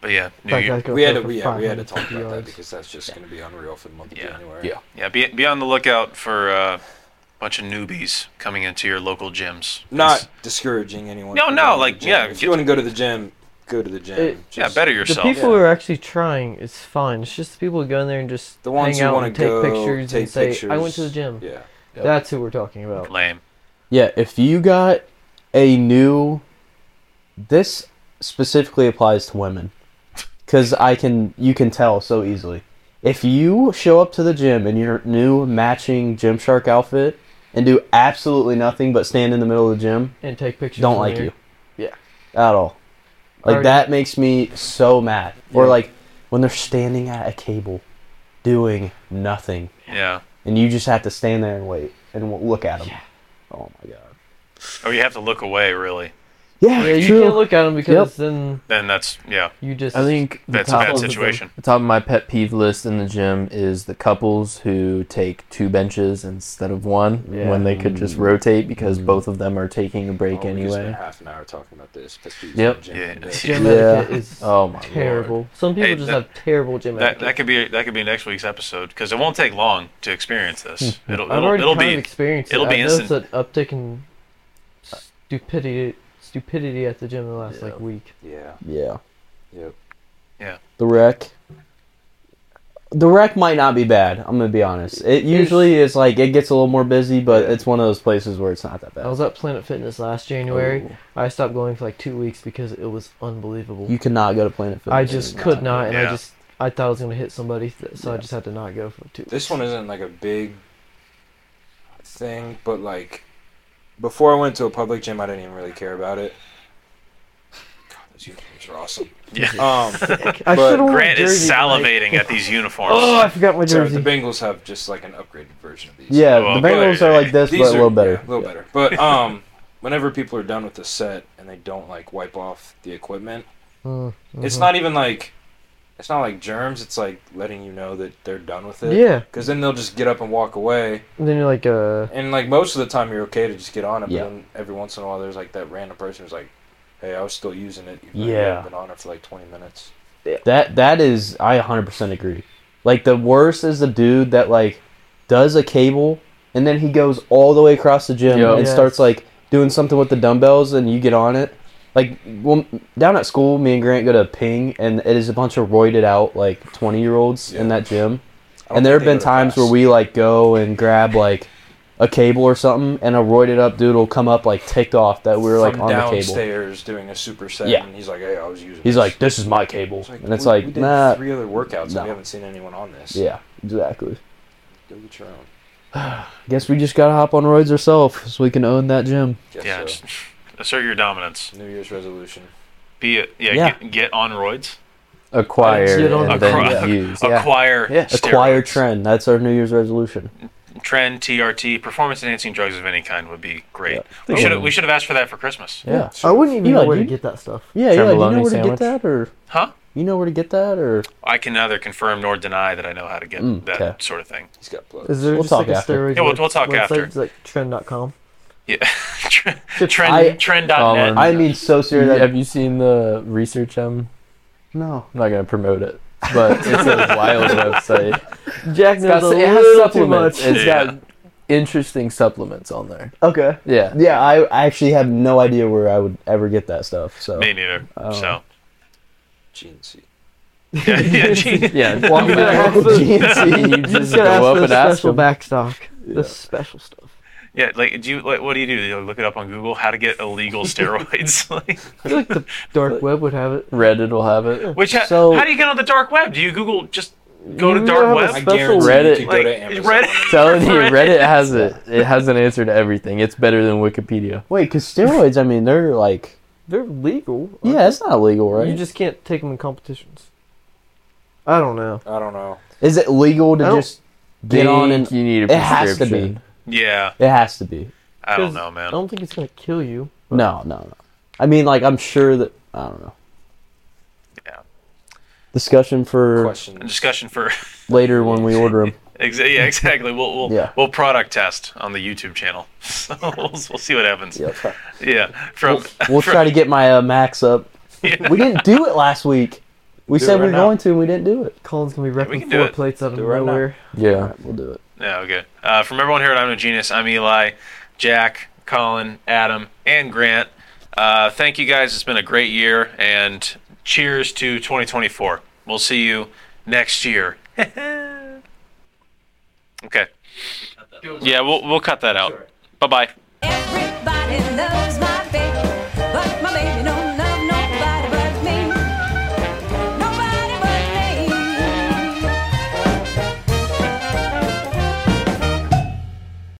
Speaker 1: But yeah,
Speaker 2: In
Speaker 1: New
Speaker 2: fact,
Speaker 1: Year.
Speaker 2: I'd go
Speaker 4: We had
Speaker 2: there
Speaker 4: to
Speaker 2: for
Speaker 4: yeah, we had to
Speaker 2: 500
Speaker 4: talk about that
Speaker 2: yards.
Speaker 4: because that's just going to be unreal for the month of
Speaker 1: Yeah.
Speaker 4: January.
Speaker 6: Yeah.
Speaker 1: Yeah, be, be on the lookout for uh, a bunch of newbies coming into your local gyms.
Speaker 4: Not discouraging anyone.
Speaker 1: No,
Speaker 4: from
Speaker 1: no,
Speaker 4: going to the
Speaker 1: like,
Speaker 4: gym.
Speaker 1: yeah,
Speaker 4: If
Speaker 1: get-
Speaker 4: you want to go to the gym, go to the gym.
Speaker 2: It-
Speaker 1: Yeah,
Speaker 4: Just-
Speaker 1: better
Speaker 2: The
Speaker 1: yourself.
Speaker 2: people
Speaker 4: Yeah.
Speaker 2: who are actually trying is fine. It's just the people who go in there and just
Speaker 4: The ones
Speaker 2: hang
Speaker 4: who
Speaker 2: out
Speaker 4: want to
Speaker 2: and take
Speaker 4: go
Speaker 2: pictures
Speaker 4: take
Speaker 2: and say,
Speaker 4: pictures.
Speaker 2: "I went to the gym."
Speaker 4: Yeah.
Speaker 2: That's who we're talking about.
Speaker 1: Lame.
Speaker 6: Yeah, if you got a new. This specifically applies to women. Because I can. You can tell so easily. If you show up to the gym in your new matching Gymshark outfit and do absolutely nothing but stand in the middle of the gym,
Speaker 2: And take pictures.
Speaker 6: don't
Speaker 2: in
Speaker 6: like
Speaker 2: there.
Speaker 6: you.
Speaker 2: Yeah.
Speaker 6: At all. Like,
Speaker 2: Already-
Speaker 6: that makes me so mad. Or,
Speaker 3: Yeah.
Speaker 6: like, when they're standing at a cable doing nothing
Speaker 1: Yeah.
Speaker 6: and you just have to stand there and wait and w- look at them. Oh, my God.
Speaker 1: Or Oh, you have to look away, really.
Speaker 6: Yeah,
Speaker 2: Yeah, you
Speaker 6: true.
Speaker 2: can't look at them because then
Speaker 1: Then that's yeah,
Speaker 2: you just.
Speaker 3: I think the
Speaker 1: that's a
Speaker 3: top
Speaker 1: bad
Speaker 3: of the-
Speaker 1: situation.
Speaker 3: The top of my pet peeve list in the gym is the couples who take two benches instead of one
Speaker 6: Yeah.
Speaker 3: when they could just rotate because both of them are taking a break
Speaker 4: Oh, we just spent
Speaker 3: anyway.
Speaker 4: half an hour talking about this. Pet peeves
Speaker 3: Yep.
Speaker 4: in the gym
Speaker 1: Yeah.
Speaker 4: today.
Speaker 2: gym
Speaker 6: Yeah.
Speaker 2: etiquette is
Speaker 3: Oh my
Speaker 2: terrible. Some people
Speaker 1: Hey,
Speaker 2: just
Speaker 1: that-
Speaker 2: have terrible gym
Speaker 1: That
Speaker 2: etiquette.
Speaker 1: that could be that could be next week's episode because it won't take long to experience this. It'll
Speaker 2: I've
Speaker 1: it'll,
Speaker 2: already
Speaker 1: it'll
Speaker 2: kind
Speaker 1: be
Speaker 2: of experienced
Speaker 1: it'll
Speaker 2: it.
Speaker 1: be
Speaker 2: I
Speaker 1: instant.
Speaker 2: noticed an uptick in stupidity, stupidity at the gym in the last like week.
Speaker 4: Yeah.
Speaker 6: Yeah.
Speaker 4: Yep.
Speaker 6: The wreck. The wreck might not be bad. I'm gonna be honest. It usually is like it gets a little more busy, but it's one of those places where it's not that
Speaker 2: I
Speaker 6: bad.
Speaker 2: was at Planet Fitness last January. I stopped going for like two weeks because it was unbelievable.
Speaker 6: You cannot go to Planet Fitness.
Speaker 2: I just could not, and I
Speaker 1: Yeah.
Speaker 2: just I thought I was gonna hit somebody, th- so I just had to not go for two.
Speaker 4: This one isn't like a big thing, but like before I went to a public gym, I didn't even really care about it. God, those uniforms are awesome.
Speaker 1: Yeah.
Speaker 4: Um,
Speaker 2: I should
Speaker 4: but
Speaker 2: have worn a
Speaker 1: Grant is
Speaker 2: jersey. like-
Speaker 1: salivating at these uniforms.
Speaker 2: oh, I forgot my
Speaker 4: sorry,
Speaker 2: jersey.
Speaker 4: the Bengals have just like an upgraded version of these.
Speaker 6: Yeah,
Speaker 1: Well,
Speaker 6: the Bengals are like this, but
Speaker 4: These
Speaker 6: a
Speaker 4: are-
Speaker 6: little better.
Speaker 4: yeah, a little better. But um, whenever people are done with the set and they don't like wipe off the equipment,
Speaker 2: Mm,
Speaker 4: it's
Speaker 6: mm-hmm.
Speaker 2: mhm.
Speaker 4: not even like it's not like germs. It's like letting you know that they're done with it.
Speaker 2: Yeah.
Speaker 4: Because then they'll just get up and walk away,
Speaker 2: And then you're like, uh,
Speaker 4: and like most of the time you're okay to just get on it.
Speaker 6: Yeah.
Speaker 4: But then every once in a while there's like that random person who's like, "Hey, I was still using it. even though
Speaker 6: Yeah.
Speaker 4: I've been on it for like 20 minutes."
Speaker 6: That that is I 100% agree. Like the worst is the dude that like does a cable and then he goes all the way across the gym
Speaker 3: Yeah.
Speaker 6: and
Speaker 2: Yes.
Speaker 6: starts like doing something with the dumbbells and you get on it. Like well, down at school, me and Grant go to Ping and it is a bunch of roided out like 20 year olds in
Speaker 4: Yeah.
Speaker 6: that gym.
Speaker 4: I don't
Speaker 6: And
Speaker 4: think
Speaker 6: there have
Speaker 4: they
Speaker 6: been
Speaker 4: go to
Speaker 6: times where
Speaker 4: class.
Speaker 6: we like go and grab like a cable or something and a roided up dude will come up like ticked off that we were like
Speaker 4: From
Speaker 6: on the cable.
Speaker 4: downstairs doing a superset,
Speaker 6: Yeah.
Speaker 4: and he's like, "Hey, I was using."
Speaker 6: He's
Speaker 4: this."
Speaker 6: like, "This is my cable,"
Speaker 4: It's
Speaker 6: and it's
Speaker 4: we-
Speaker 6: like,
Speaker 4: we did
Speaker 6: "Nah,
Speaker 4: three other workouts.
Speaker 6: no.
Speaker 4: and We haven't seen anyone on this.
Speaker 6: yeah, exactly."
Speaker 4: Go get your own.
Speaker 6: Guess we just gotta hop on roids ourselves so we can own that gym.
Speaker 4: Guess
Speaker 1: yeah,
Speaker 4: so.
Speaker 1: just assert your dominance.
Speaker 4: New Year's resolution.
Speaker 1: Be it, yeah,
Speaker 6: Yeah.
Speaker 1: Get, get on roids.
Speaker 6: Acquire
Speaker 2: Let's get on
Speaker 6: and
Speaker 2: the
Speaker 6: then
Speaker 1: trend.
Speaker 6: use. Yeah.
Speaker 1: Acquire.
Speaker 6: Yeah. Acquire
Speaker 1: steroids.
Speaker 6: trend. That's our New Year's resolution.
Speaker 1: Trend TRT performance enhancing drugs of any kind would be great.
Speaker 6: Yeah.
Speaker 1: We
Speaker 6: Yeah.
Speaker 1: should have we should have asked for that for Christmas.
Speaker 6: Yeah.
Speaker 2: I wouldn't even
Speaker 6: Eli,
Speaker 2: know where
Speaker 6: do
Speaker 2: to
Speaker 6: you-
Speaker 2: get that stuff.
Speaker 6: Yeah. Yeah. You know
Speaker 3: Trembolone
Speaker 6: where to get
Speaker 3: sandwich?
Speaker 6: that, or
Speaker 1: Huh?
Speaker 6: you know where to get that, or
Speaker 1: I can neither confirm nor deny that I know how to get
Speaker 6: Mm,
Speaker 1: that
Speaker 6: okay.
Speaker 1: sort of thing.
Speaker 4: He's got plugs.
Speaker 2: Is there
Speaker 6: We'll
Speaker 2: just
Speaker 6: talk
Speaker 2: like a
Speaker 6: after.
Speaker 2: steroid?
Speaker 1: Yeah, we'll-
Speaker 2: web-
Speaker 1: we'll talk
Speaker 2: website?
Speaker 1: after.
Speaker 2: It's like trend.com.
Speaker 1: Yeah. trend
Speaker 6: I-
Speaker 1: trend trend.net.
Speaker 3: Colin.
Speaker 6: I mean, so serious.
Speaker 3: Have you seen the research? I'm,
Speaker 6: no.
Speaker 3: I'm not gonna promote it, but it's a wild website.
Speaker 2: Jack
Speaker 3: It's got,
Speaker 2: knows a
Speaker 3: it has
Speaker 2: little too
Speaker 3: supplements.
Speaker 2: much.
Speaker 3: It's
Speaker 1: Yeah.
Speaker 3: got interesting supplements on there.
Speaker 6: Okay.
Speaker 3: Yeah.
Speaker 6: Yeah, I I actually have no idea where I would ever get that stuff. So
Speaker 1: Me neither.
Speaker 6: Oh.
Speaker 1: So
Speaker 4: Gene C.
Speaker 1: yeah, yeah, gee.
Speaker 3: Yeah.
Speaker 6: Well,
Speaker 3: no
Speaker 6: I'm
Speaker 3: matter-
Speaker 6: gonna
Speaker 3: you
Speaker 6: GNC.
Speaker 2: You just
Speaker 3: just
Speaker 2: gotta ask
Speaker 3: go up
Speaker 2: for
Speaker 3: and
Speaker 2: the
Speaker 3: ask
Speaker 2: special
Speaker 3: them.
Speaker 2: back stock. The special stuff.
Speaker 1: yeah, like do you like what do you do? You look it up on Google how to get illegal steroids. like
Speaker 2: I feel like the dark web would have it.
Speaker 3: Reddit will have it.
Speaker 1: which ha-
Speaker 6: So-
Speaker 1: how do you get on the dark web? Do you Google just go to
Speaker 2: You
Speaker 1: dark
Speaker 2: have
Speaker 1: web?
Speaker 2: a
Speaker 4: I
Speaker 2: Special
Speaker 4: guarantee
Speaker 3: Reddit,
Speaker 4: you could
Speaker 1: like
Speaker 4: go to Amazon.
Speaker 1: Reddit.
Speaker 3: Telling you,
Speaker 1: Reddit.
Speaker 3: Reddit has it. It has an answer to everything. It's better than Wikipedia.
Speaker 6: wait, because steroids. I mean, they're like
Speaker 2: They're legal. aren't
Speaker 6: yeah, it's not legal,
Speaker 2: they?
Speaker 6: right?
Speaker 2: You just can't take them in competitions. I don't know.
Speaker 4: I don't know.
Speaker 6: Is it legal to
Speaker 2: I don't
Speaker 6: just get on
Speaker 3: Think
Speaker 6: and
Speaker 3: you need a
Speaker 6: it has to be.
Speaker 3: prescription.
Speaker 1: Yeah,
Speaker 6: It has to be.
Speaker 1: I don't
Speaker 2: 'Cause
Speaker 1: know, man.
Speaker 2: I don't think it's gonna kill you.
Speaker 6: No, no, no. I mean, like, I'm sure that I don't know.
Speaker 1: Yeah.
Speaker 6: Discussion for
Speaker 1: A
Speaker 4: Questions.
Speaker 1: discussion for
Speaker 6: later when we order them.
Speaker 1: Ex- yeah, exactly. We'll we'll,
Speaker 6: Yeah.
Speaker 1: we'll product test on the YouTube channel. So we'll, we'll see what happens.
Speaker 6: Yep.
Speaker 1: Yeah, from
Speaker 6: We'll
Speaker 1: from-
Speaker 6: try to get my uh, max up.
Speaker 1: Yeah.
Speaker 6: We didn't do it last week. We
Speaker 4: Do it
Speaker 6: said
Speaker 4: right
Speaker 6: we were
Speaker 4: now.
Speaker 6: going to, and we didn't do it.
Speaker 2: Colin's gonna be
Speaker 1: we
Speaker 2: wrecking
Speaker 1: can do
Speaker 2: four
Speaker 1: it.
Speaker 2: plates out of
Speaker 4: Do it right now.
Speaker 2: nowhere.
Speaker 6: All
Speaker 3: Yeah.
Speaker 6: right, we'll do it.
Speaker 1: Yeah, okay. Uh, from everyone here at I'm No Genius, I'm Eli, Jack, Colin, Adam, and Grant. Uh, thank you guys. It's been a great year, and cheers to 2024. We'll see you next year. okay. Yeah, we'll, we'll cut that out. Bye bye.
Speaker 7: Everybody loves